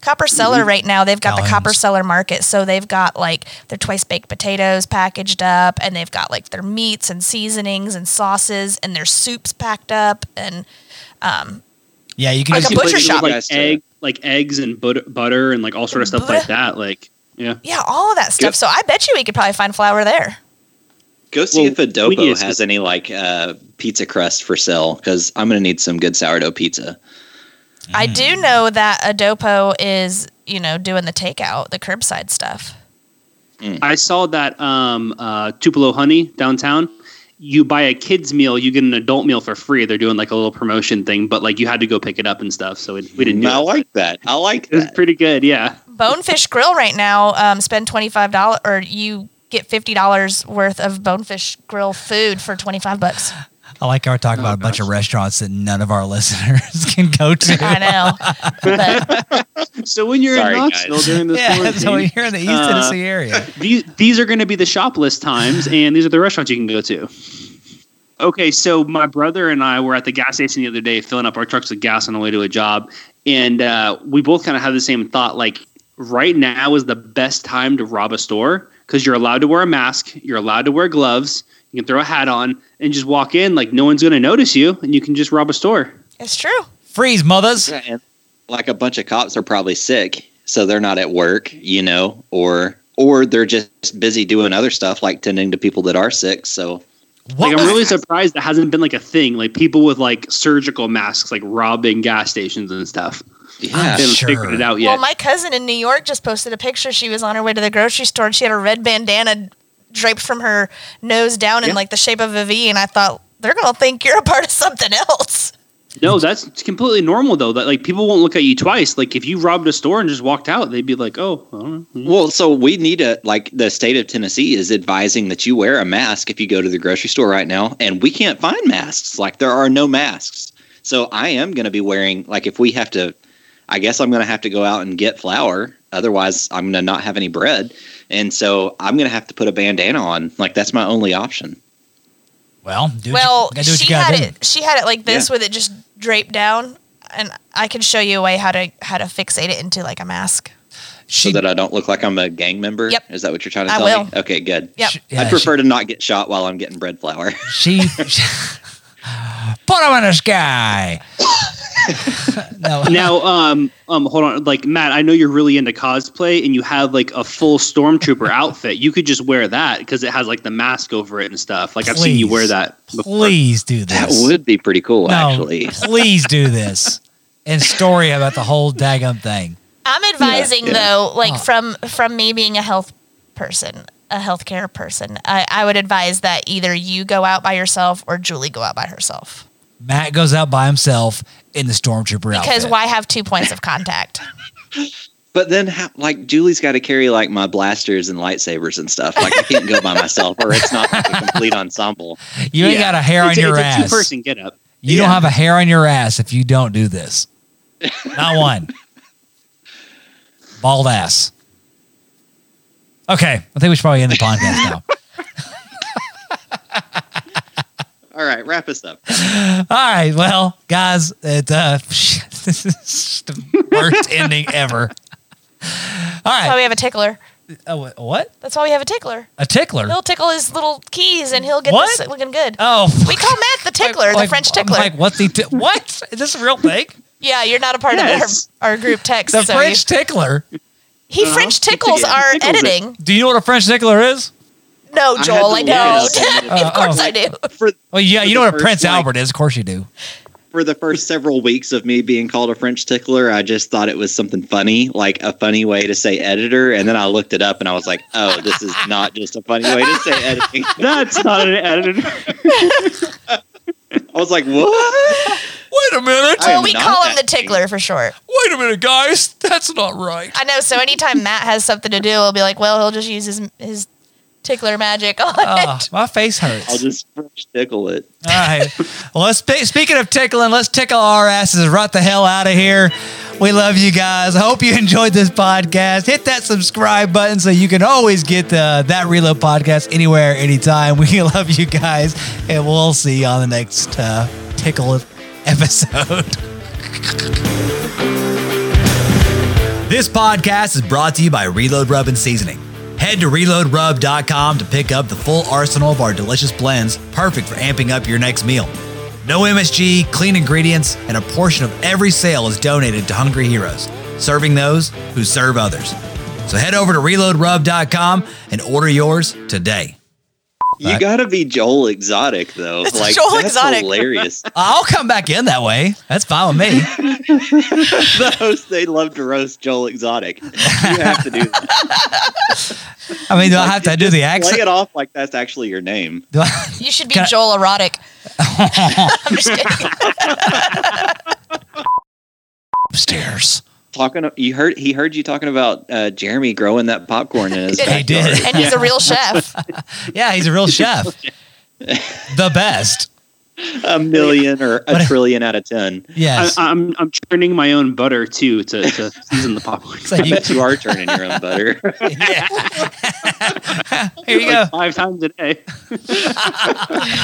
[SPEAKER 1] Copper Cellar right now, they've got the
[SPEAKER 2] Collins.
[SPEAKER 1] Copper Cellar Market. So they've got like their twice baked potatoes packaged up, and they've got like their meats and seasonings and sauces and their soups packed up. And um,
[SPEAKER 2] Yeah, you can
[SPEAKER 1] Like
[SPEAKER 2] just
[SPEAKER 1] a butcher shop.
[SPEAKER 4] places with, like egg, like eggs and butter, butter and like all sort of stuff like that. Like yeah,
[SPEAKER 1] yeah, all of that stuff.
[SPEAKER 3] Good.
[SPEAKER 1] So I bet you we could probably find flour there.
[SPEAKER 3] Go see
[SPEAKER 4] Well,
[SPEAKER 3] if Adobo
[SPEAKER 4] we need a
[SPEAKER 3] has
[SPEAKER 4] spec-
[SPEAKER 3] any like uh, pizza crust for sale because I'm gonna need some good sourdough pizza.
[SPEAKER 1] I
[SPEAKER 2] mm.
[SPEAKER 1] do know that Adopo is, you know, doing the takeout, the curbside stuff.
[SPEAKER 4] I saw that um, uh, Tupelo Honey downtown. You buy a kid's meal, you get an adult meal for free. They're doing like a little promotion thing, but like you had to go pick it up and stuff. So it, we didn't. Do
[SPEAKER 3] I
[SPEAKER 4] it.
[SPEAKER 3] like that. I like
[SPEAKER 4] It was
[SPEAKER 3] that.
[SPEAKER 4] pretty good. Yeah.
[SPEAKER 1] Bonefish Grill right now, um, spend twenty five dollars or you get fifty dollars worth of Bonefish Grill food for twenty five bucks.
[SPEAKER 2] I like our
[SPEAKER 3] Oh,
[SPEAKER 2] talk about a bunch of restaurants that none of our listeners can go to.
[SPEAKER 1] I know, but
[SPEAKER 4] So when you're
[SPEAKER 3] Sorry,
[SPEAKER 4] in Knoxville
[SPEAKER 3] guys.
[SPEAKER 4] during this
[SPEAKER 2] yeah,
[SPEAKER 4] quarantine,
[SPEAKER 2] so we're here in the East
[SPEAKER 4] Uh,
[SPEAKER 2] Tennessee area.
[SPEAKER 4] these, these are going to be the shop list times, and these are the restaurants you can go to. Okay, so my brother and I were at the gas station the other day filling up our trucks with gas on the way to a job, and uh, we both kind of had the same thought like, right now is the best time to rob a store because you're allowed to wear a mask, you're allowed to wear gloves, you can throw a hat on, and just walk in like no one's going to notice you, and you can just rob a store.
[SPEAKER 1] it's true.
[SPEAKER 2] Freeze, mothers.
[SPEAKER 3] Yeah, and like a bunch of cops are probably sick, so they're not at work, you know, or or they're just busy doing other stuff like tending to people that are sick. So
[SPEAKER 2] What
[SPEAKER 4] like
[SPEAKER 2] was-
[SPEAKER 4] I'm really surprised that hasn't been like a thing, like people with like surgical masks like robbing gas stations and stuff.
[SPEAKER 2] I'm
[SPEAKER 4] They haven't
[SPEAKER 2] sure.
[SPEAKER 4] figured it out yet.
[SPEAKER 1] Well, my cousin in New York just posted a picture. She was on her way to the grocery store and she had a red bandana draped from her nose down in
[SPEAKER 4] Yeah.
[SPEAKER 1] like the shape of a V, and I thought they're gonna think you're a part of something else.
[SPEAKER 4] No, that's completely normal though. That like people won't look at you twice. Like if you robbed a store and just walked out, they'd be like, "Oh, I don't know.
[SPEAKER 3] Well, so we need a like the state of Tennessee is advising that you wear a mask if you go to the grocery store right now, and we can't find masks. Like there are no masks. So I am going to be wearing like if we have to, I guess I'm going to have to go out and get flour. Otherwise, I'm going to not have any bread, and so I'm going to have to put a bandana on. Like that's my only option.
[SPEAKER 2] well, do
[SPEAKER 1] well,
[SPEAKER 2] what you, gotta do what you
[SPEAKER 1] she
[SPEAKER 2] gotta
[SPEAKER 1] had
[SPEAKER 2] do.
[SPEAKER 1] it. She had it like this
[SPEAKER 3] Yeah.
[SPEAKER 1] with it just draped down, and I can show you a way how to how to fixate it into like a mask.
[SPEAKER 2] She,
[SPEAKER 3] so that I don't look like I'm a gang member.
[SPEAKER 1] Yep.
[SPEAKER 3] Is that what you're trying to
[SPEAKER 1] I
[SPEAKER 3] tell
[SPEAKER 1] will.
[SPEAKER 3] me? Okay, good.
[SPEAKER 1] Yep.
[SPEAKER 2] she- yeah,
[SPEAKER 3] I prefer to not get shot while I'm getting bread flour.
[SPEAKER 2] She, she put him in the sky. no,
[SPEAKER 4] Now, um, um, hold on. Like Matt, I know you're really into cosplay and you have like a full stormtrooper outfit. You could just wear that because it has like the mask over it and stuff. Like I've seen you wear
[SPEAKER 2] Please.
[SPEAKER 4] that. Before.
[SPEAKER 2] please do this.
[SPEAKER 3] that would be pretty cool,
[SPEAKER 2] no,
[SPEAKER 3] actually.
[SPEAKER 2] please do this. And story about the whole daggum thing.
[SPEAKER 1] I'm advising
[SPEAKER 3] yeah.
[SPEAKER 1] though, like
[SPEAKER 2] Oh.
[SPEAKER 1] from from me being a health person, a healthcare person, I, I would advise that either you go out by yourself or Julie go out by herself.
[SPEAKER 2] Matt goes out by himself in the stormtrooper outfit.
[SPEAKER 1] Because why have two points of contact?
[SPEAKER 3] But then, how, like, Julie's got to carry like my blasters and lightsabers and stuff. Like, I can't go by myself, or it's not like, a complete ensemble.
[SPEAKER 2] You ain't
[SPEAKER 4] Yeah.
[SPEAKER 2] got a hair
[SPEAKER 4] it's,
[SPEAKER 2] on your
[SPEAKER 4] it's
[SPEAKER 2] ass.
[SPEAKER 4] a two-person get up.
[SPEAKER 2] You don't
[SPEAKER 3] Yeah.
[SPEAKER 2] have a hair on your ass if you don't do this. Not one. Bald ass. Okay, I think we should probably end the podcast now.
[SPEAKER 3] All right, wrap us up.
[SPEAKER 2] All right, well, guys, it, uh, this is the worst ending ever. All
[SPEAKER 1] That's why
[SPEAKER 2] right,
[SPEAKER 1] we have a tickler.
[SPEAKER 2] Oh, wh- what?
[SPEAKER 1] That's why we have a tickler.
[SPEAKER 2] A tickler?
[SPEAKER 1] He'll tickle his little keys and he'll get
[SPEAKER 2] What?
[SPEAKER 1] this looking good.
[SPEAKER 2] Oh,
[SPEAKER 1] we call Matt the tickler, the
[SPEAKER 2] like-
[SPEAKER 1] French
[SPEAKER 2] I'm
[SPEAKER 1] tickler.
[SPEAKER 2] Like, what's the ti- what? Is this a real thing?
[SPEAKER 1] yeah, you're not a part
[SPEAKER 4] Yes.
[SPEAKER 1] of our, our group text.
[SPEAKER 2] The
[SPEAKER 1] so you-
[SPEAKER 2] French tickler.
[SPEAKER 1] he
[SPEAKER 3] Uh-huh.
[SPEAKER 1] French tickles
[SPEAKER 4] Yeah, he
[SPEAKER 1] our
[SPEAKER 4] tickles it.
[SPEAKER 1] editing.
[SPEAKER 2] Do you know what a French tickler is?
[SPEAKER 1] No,
[SPEAKER 3] had
[SPEAKER 1] Joel,
[SPEAKER 3] to
[SPEAKER 1] I, don't.
[SPEAKER 3] look it
[SPEAKER 2] up.
[SPEAKER 1] of course
[SPEAKER 2] Oh.
[SPEAKER 1] I do.
[SPEAKER 3] For
[SPEAKER 2] Well, yeah,
[SPEAKER 3] For
[SPEAKER 2] you
[SPEAKER 3] the
[SPEAKER 2] know what a
[SPEAKER 3] first,
[SPEAKER 2] Prince
[SPEAKER 3] like-
[SPEAKER 2] Albert is. Of course you do.
[SPEAKER 3] for the first several weeks of me being called a French tickler, I just thought it was something funny, like a funny way to say editor. And then I looked it up, and I was like, oh, this is not just a funny way to say editing.
[SPEAKER 4] That's not an editor.
[SPEAKER 3] I was like, what?
[SPEAKER 2] Wait a minute.
[SPEAKER 3] I
[SPEAKER 1] Well,
[SPEAKER 3] am
[SPEAKER 1] we
[SPEAKER 3] not
[SPEAKER 1] call him the
[SPEAKER 3] that
[SPEAKER 1] tickler for short.
[SPEAKER 2] Wait a minute, guys. That's not right.
[SPEAKER 1] I know. So anytime Matt has something to do, he'll be like, "Well, he'll just use his his tickler magic Oh, on
[SPEAKER 2] Ah,
[SPEAKER 1] it."
[SPEAKER 2] my face hurts.
[SPEAKER 3] I'll just French tickle it.
[SPEAKER 2] All right. Well, let's spe- speaking of tickling, let's tickle our asses right the hell out of here. We love you guys. I hope you enjoyed this podcast. Hit that subscribe button so you can always get the that reload podcast anywhere, anytime. We love you guys, and we'll see you on the next uh, tickle episode. This podcast is brought to you by Reload Rub and Seasoning. Head to reloadrub.com to pick up the full arsenal of our delicious blends, perfect for amping up your next meal. No MSG, clean ingredients, and a portion of every sale is donated to Hungry Heroes, serving those who serve others. So head over to reloadrub.com and order yours today.
[SPEAKER 3] You gotta be Joel Exotic though.
[SPEAKER 1] It's
[SPEAKER 3] like
[SPEAKER 1] Joel
[SPEAKER 3] that's
[SPEAKER 1] Exotic.
[SPEAKER 3] hilarious.
[SPEAKER 2] I'll come back in that way. That's fine with me.
[SPEAKER 3] the host they love to roast Joel Exotic. You have to do that.
[SPEAKER 2] I mean, do I have to do the
[SPEAKER 3] Play
[SPEAKER 2] accent?
[SPEAKER 3] it off like that's actually your name.
[SPEAKER 2] Do I-
[SPEAKER 1] You should be
[SPEAKER 2] Can I-
[SPEAKER 1] Joel Erotic. I'm just kidding.
[SPEAKER 2] Upstairs.
[SPEAKER 3] Talking you heard he heard you talking about uh, Jeremy growing that popcorn in his
[SPEAKER 1] He
[SPEAKER 3] backyard.
[SPEAKER 2] did.
[SPEAKER 1] And he's a real chef.
[SPEAKER 2] Yeah, he's a real chef. the best.
[SPEAKER 3] A million or a
[SPEAKER 2] But-
[SPEAKER 3] trillion out of ten.
[SPEAKER 2] Yes.
[SPEAKER 4] I, I'm I'm churning my own butter too to, to season the popcorn.
[SPEAKER 2] It's like
[SPEAKER 3] I
[SPEAKER 2] you-
[SPEAKER 3] bet you are turning your own butter.
[SPEAKER 2] here you go.
[SPEAKER 4] Like five times a day.
[SPEAKER 3] you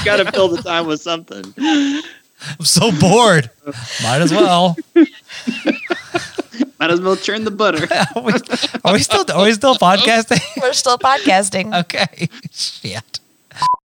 [SPEAKER 3] gotta fill the time with something.
[SPEAKER 2] I'm so bored. Might as well.
[SPEAKER 4] Might as well churn the butter.
[SPEAKER 2] Are we, are we still are we still podcasting?
[SPEAKER 1] We're still podcasting.
[SPEAKER 2] Okay. Shit.